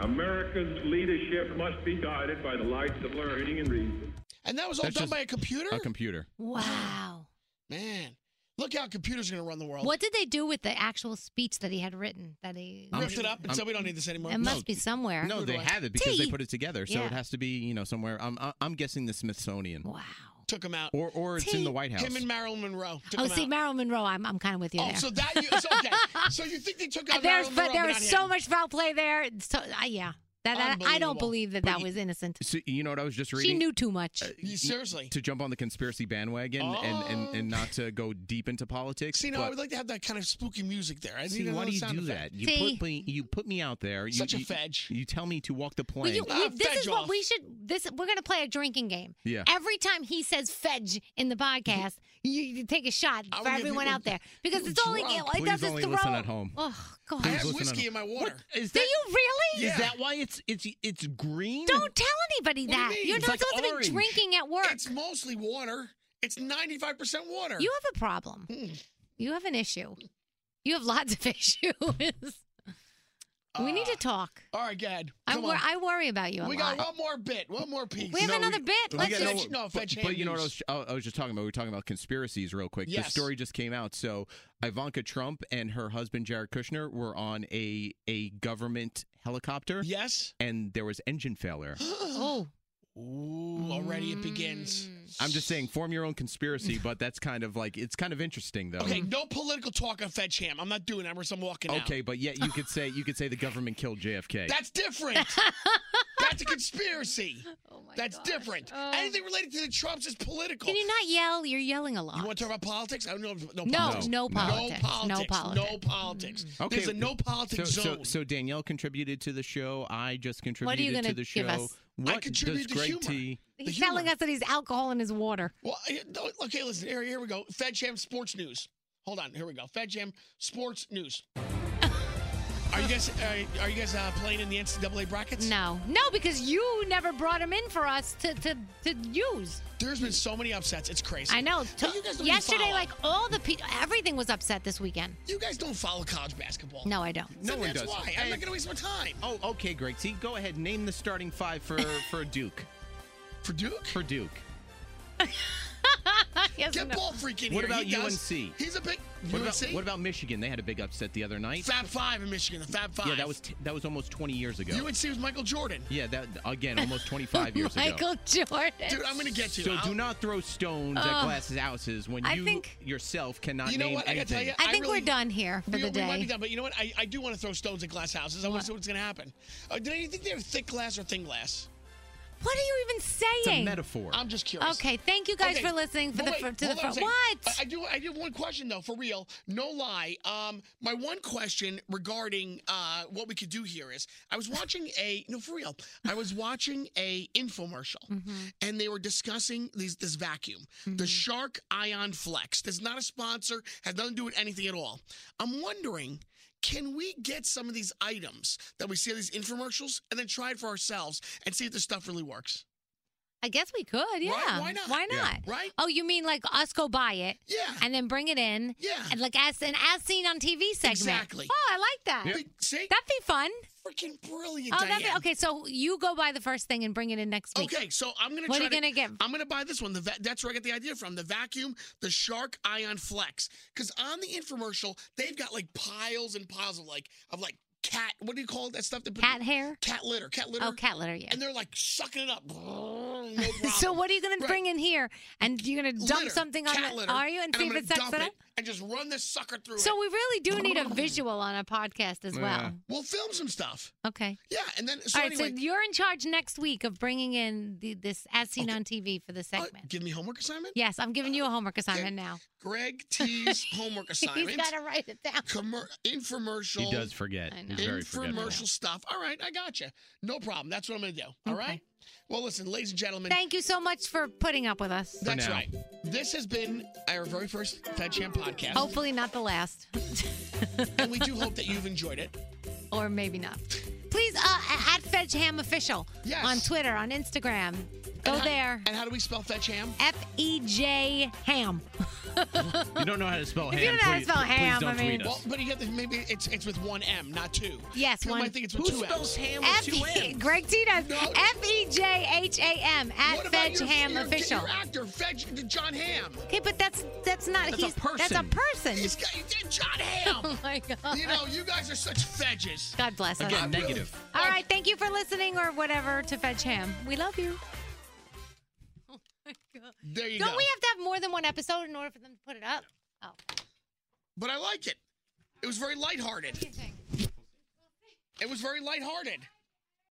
Speaker 14: America's leadership must be guided by the lights of learning and reason.
Speaker 1: And that was all
Speaker 4: That's
Speaker 1: done
Speaker 4: just
Speaker 1: by a computer?
Speaker 4: A computer.
Speaker 2: Wow.
Speaker 1: Man, look how computers are going to run the world.
Speaker 2: What did they do with the actual speech that he had written? That he
Speaker 4: I'm
Speaker 1: Ripped
Speaker 4: sure-
Speaker 1: it up and
Speaker 4: I'm-
Speaker 1: said we don't need this anymore.
Speaker 2: It must be somewhere.
Speaker 4: No, they have it because
Speaker 2: Tea.
Speaker 4: they put it together. So
Speaker 2: Yeah.
Speaker 4: it has to be, you know, somewhere. I'm I- I'm guessing the Smithsonian.
Speaker 2: Wow.
Speaker 1: Took them out.
Speaker 4: Or or it's in
Speaker 2: Tea.
Speaker 4: the White House.
Speaker 1: Him and Marilyn Monroe. Took
Speaker 2: Oh,
Speaker 1: 'em
Speaker 2: see,
Speaker 1: out.
Speaker 2: Marilyn Monroe. I'm I'm kind of with you
Speaker 1: Oh,
Speaker 2: there.
Speaker 1: so that you, so, okay. so you think they took
Speaker 2: Uh,
Speaker 1: out
Speaker 2: There's
Speaker 1: Marilyn
Speaker 2: but
Speaker 1: Monroe,
Speaker 2: there
Speaker 1: but
Speaker 2: was
Speaker 1: not
Speaker 2: so
Speaker 1: him?
Speaker 2: much foul play there. So uh, yeah, that, that I
Speaker 1: Unbelievable.
Speaker 2: don't believe that that was innocent.
Speaker 4: So you know what I was just
Speaker 2: She
Speaker 4: reading?
Speaker 2: knew too much.
Speaker 1: You- Seriously.
Speaker 4: to jump on the conspiracy bandwagon and, and, and not to go deep into politics.
Speaker 1: Oh. See, no,
Speaker 4: but-
Speaker 1: I would like to have that kind of spooky music there. I
Speaker 4: See,
Speaker 1: need
Speaker 4: why
Speaker 1: another
Speaker 4: do you
Speaker 1: sound
Speaker 4: do
Speaker 1: effect.
Speaker 4: that? You
Speaker 2: See?
Speaker 4: put me, you put me out there. You,
Speaker 1: Such a
Speaker 4: you-
Speaker 1: fedge.
Speaker 4: You, tell me to walk the
Speaker 2: Well,
Speaker 4: plank.
Speaker 2: you-
Speaker 1: Ah,
Speaker 2: we- this is
Speaker 1: fedge
Speaker 2: what
Speaker 1: off.
Speaker 2: we should. This we're gonna play a drinking game.
Speaker 4: Yeah.
Speaker 2: Every time he says "fedge" in the podcast, you, you take a shot
Speaker 1: Mm-hmm. I
Speaker 2: for
Speaker 1: would give
Speaker 2: everyone
Speaker 1: you-
Speaker 2: out there because it's all he,
Speaker 1: drunk.
Speaker 2: all he
Speaker 4: Please
Speaker 2: does
Speaker 4: only
Speaker 2: is throw.
Speaker 4: listen at home.
Speaker 2: Oh God!
Speaker 1: I have
Speaker 4: listen on-
Speaker 1: whiskey in my water.
Speaker 4: Is
Speaker 2: Do you really?
Speaker 1: Yeah.
Speaker 4: that why it's it's it's green?
Speaker 2: Don't tell anybody
Speaker 1: What do you
Speaker 2: that.
Speaker 1: mean?
Speaker 2: You're
Speaker 1: It's
Speaker 2: not
Speaker 4: like
Speaker 2: supposed to
Speaker 4: orange.
Speaker 2: be drinking at work.
Speaker 1: It's mostly water. It's 95% water.
Speaker 2: You have a problem.
Speaker 1: Mm.
Speaker 2: You have an issue. You have lots of issues. we need to talk.
Speaker 1: All right, Gad.
Speaker 2: I,
Speaker 1: Ah. come
Speaker 2: wor-
Speaker 1: on.
Speaker 2: I worry about you a
Speaker 1: we
Speaker 2: lot.
Speaker 1: got one more bit, one more piece.
Speaker 2: We have No, another we- bit.
Speaker 4: We
Speaker 2: Let's
Speaker 4: got-
Speaker 2: do
Speaker 4: no,
Speaker 2: it.
Speaker 1: No,
Speaker 4: but,
Speaker 1: fetch
Speaker 4: but you know what I
Speaker 1: handies.
Speaker 4: was, I was just talking about? We were talking about conspiracies real quick.
Speaker 1: Yes.
Speaker 4: The story just came out. So Ivanka Trump and her husband Jared Kushner were on a a government helicopter.
Speaker 1: Yes.
Speaker 4: And there was engine failure.
Speaker 2: oh.
Speaker 1: Ooh, already it begins.
Speaker 4: I'm just saying, form your own conspiracy, but that's kind of like it's kind of interesting though.
Speaker 1: Okay, no political talk on Fetch Ham. I'm not doing that. I'm walking out.
Speaker 4: Okay, but yet you could say you could say the government killed JFK.
Speaker 1: That's different. That's a conspiracy. Oh my That's different. Anything related to the Trumps is political.
Speaker 2: Can you not yell? You're yelling a lot.
Speaker 1: You want to talk about politics? I don't know. No,
Speaker 2: No,
Speaker 1: politics.
Speaker 2: no politics,
Speaker 1: No
Speaker 2: no
Speaker 1: politics. No
Speaker 2: politics.
Speaker 1: politics. There's a no politics
Speaker 4: so,
Speaker 1: zone.
Speaker 4: So, so Danielle contributed to the show. I just contributed
Speaker 2: gonna
Speaker 4: to the
Speaker 2: give
Speaker 4: show.
Speaker 2: us?
Speaker 1: I
Speaker 4: What
Speaker 1: contributed to
Speaker 4: does Greg
Speaker 1: humor.
Speaker 4: T?
Speaker 2: He's telling us that he's alcohol in his water.
Speaker 1: Well, I- no, okay, listen. Here, here we go. Fed Jam Sports News. Hold on. Here we go. Fed Jam Sports News. Are you guys are, are you guys uh, playing in the NCAA brackets?
Speaker 2: No, no, because you never brought him in for us to to, to use.
Speaker 1: There's been so many upsets. It's crazy.
Speaker 2: I know.
Speaker 1: But you guys don't
Speaker 2: Yesterday,
Speaker 1: follow.
Speaker 2: like all the people, everything was upset this weekend.
Speaker 1: You guys don't follow college basketball.
Speaker 2: No, I don't.
Speaker 4: No
Speaker 1: So
Speaker 4: one
Speaker 1: that's
Speaker 4: does.
Speaker 1: why. I'm
Speaker 4: Hey.
Speaker 1: not going to waste my time.
Speaker 4: Oh, okay, Greg T. Go ahead. Name the starting five for for Duke.
Speaker 1: For Duke.
Speaker 4: For Duke.
Speaker 1: Get ball freaking here.
Speaker 4: What about
Speaker 1: He does.
Speaker 4: UNC?
Speaker 1: He's a big UNC.
Speaker 4: What about, what about Michigan? They had a big upset the other night.
Speaker 1: Fab Five in Michigan? The Fab Five.
Speaker 4: Yeah, that was t- that was almost 20 years ago.
Speaker 1: UNC was Michael Jordan.
Speaker 4: yeah, that again, almost 25 years ago.
Speaker 2: Michael Jordan.
Speaker 1: Dude, I'm going to get you.
Speaker 4: So
Speaker 1: I'll-
Speaker 4: do not throw stones at
Speaker 2: Ugh.
Speaker 4: glass houses when
Speaker 2: I
Speaker 4: you
Speaker 2: think-
Speaker 4: yourself cannot
Speaker 1: You know
Speaker 4: name
Speaker 1: what? I gotta
Speaker 4: anything.
Speaker 1: tell ya,
Speaker 2: I think
Speaker 1: really-
Speaker 2: we're done here for
Speaker 1: we,
Speaker 2: the
Speaker 1: we might be
Speaker 2: day.
Speaker 1: done, but you know what? I, I do want to throw stones at glass houses. I want to see what's going to happen. Uh, do you think they have thick glass or thin glass?
Speaker 2: What are you even saying?
Speaker 1: I'm just curious.
Speaker 2: Okay, thank you guys
Speaker 1: Okay,
Speaker 2: for listening
Speaker 1: but
Speaker 2: for the
Speaker 1: wait,
Speaker 2: fir- to the
Speaker 1: hold on a
Speaker 2: fir-
Speaker 1: second.
Speaker 2: What?
Speaker 1: I, I do. I do have one question though, for real. No lie. Um, my one question regarding uh what we could do here is, I was watching a no for real. I was watching a infomercial,
Speaker 2: Mm-hmm.
Speaker 1: and they were discussing these, this vacuum, the Shark Ion Flex. That's not a sponsor. Has nothing to do with anything at all. I'm wondering. Can we get some of these items that we see in these infomercials and then try it for ourselves and see if this stuff really works?
Speaker 2: I guess we could, yeah.
Speaker 1: Why not?
Speaker 2: Why
Speaker 1: Yeah.
Speaker 2: not?
Speaker 1: Right?
Speaker 2: Oh, you mean like us go buy it?
Speaker 1: Yeah.
Speaker 2: And then bring it in.
Speaker 1: Yeah.
Speaker 2: And like as an as seen on TV segment.
Speaker 1: Exactly.
Speaker 2: Oh, I like that.
Speaker 1: Yep. See?
Speaker 2: That'd be fun.
Speaker 1: Freaking brilliant,
Speaker 2: Oh, that'd be,
Speaker 1: Diane.
Speaker 2: okay. So you go buy the first thing and bring it in next week.
Speaker 1: Okay, so I'm gonna.
Speaker 2: What
Speaker 1: try
Speaker 2: are you
Speaker 1: to-
Speaker 2: gonna get?
Speaker 1: I'm gonna buy this one. The va- that's where I get the idea from. The vacuum, the Shark Ion Flex. Because on the infomercial, they've got like piles and piles of like of like cat. What do you call that stuff? That put-
Speaker 2: Cat hair?
Speaker 1: Cat litter. Cat litter.
Speaker 2: Oh, cat litter, yeah.
Speaker 1: And they're like sucking it up. No problem.
Speaker 2: So what are you gonna bring in here? And you're gonna dump
Speaker 1: Litter,
Speaker 2: something on
Speaker 1: cat
Speaker 2: the
Speaker 1: litter,
Speaker 2: are you and, see
Speaker 1: I'm
Speaker 2: if
Speaker 1: gonna
Speaker 2: it sucks
Speaker 1: dump
Speaker 2: it up?
Speaker 1: and just run this sucker through.
Speaker 2: So
Speaker 1: it.
Speaker 2: we really do need a visual on a podcast as well.
Speaker 1: We'll film some stuff.
Speaker 2: Okay.
Speaker 1: Yeah, and then so
Speaker 2: All right,
Speaker 1: anyway,
Speaker 2: so you're in charge next week of bringing in the, this as seen on TV
Speaker 1: Uh,
Speaker 2: for the segment.
Speaker 1: give me homework assignment.
Speaker 2: yes, I'm giving you a homework assignment now.
Speaker 1: Greg T's homework assignment.
Speaker 2: He's got to write it down.
Speaker 1: Commer- infomercial.
Speaker 4: He does forget. I know. He's very forgetful.
Speaker 1: Infomercial stuff. All right, I got you. No problem. That's what I'm going to do. All right. Well, listen, ladies and gentlemen.
Speaker 2: Thank you so much for putting up with us.
Speaker 1: That's right. This has been our very first Fed Champ podcast.
Speaker 2: Hopefully not the last,
Speaker 1: And we do hope that you've enjoyed it.
Speaker 2: or maybe not. Please, uh, at FedgeHam Official on Twitter, on Instagram. Go
Speaker 1: And how-
Speaker 2: there.
Speaker 1: and how do we spell Fetch Ham?
Speaker 2: F E J Ham.
Speaker 4: You don't know how to spell
Speaker 2: If
Speaker 4: ham.
Speaker 2: you don't know how to
Speaker 4: please,
Speaker 2: spell
Speaker 4: please
Speaker 2: ham,
Speaker 4: don't
Speaker 2: I mean-
Speaker 4: tweet
Speaker 1: Well,
Speaker 4: us.
Speaker 1: but you got the, maybe it's it's with one M, not two.
Speaker 2: Yes,
Speaker 1: People
Speaker 2: one.
Speaker 1: might think it's with two M's.
Speaker 2: F- E Greg Tito's F E J H A M at
Speaker 1: What about
Speaker 2: Fedge
Speaker 1: your-
Speaker 2: Ham
Speaker 1: your-
Speaker 2: Official.
Speaker 1: Your actor, Fetch John Ham.
Speaker 2: Okay, but that's that's not
Speaker 1: That's a
Speaker 2: he's that's a
Speaker 1: person.
Speaker 2: person.
Speaker 1: He's got, he did John Ham.
Speaker 2: Oh my god.
Speaker 1: You know, you guys are such fedges.
Speaker 2: God bless us.
Speaker 4: Again, negative.
Speaker 2: All right, thank you for listening or whatever to Fetch Ham. We love you.
Speaker 1: There you
Speaker 2: Don't
Speaker 1: go.
Speaker 2: we have to have more than one episode in order for them to put it up? Oh.
Speaker 1: but I like it. It was very lighthearted. It was very lighthearted.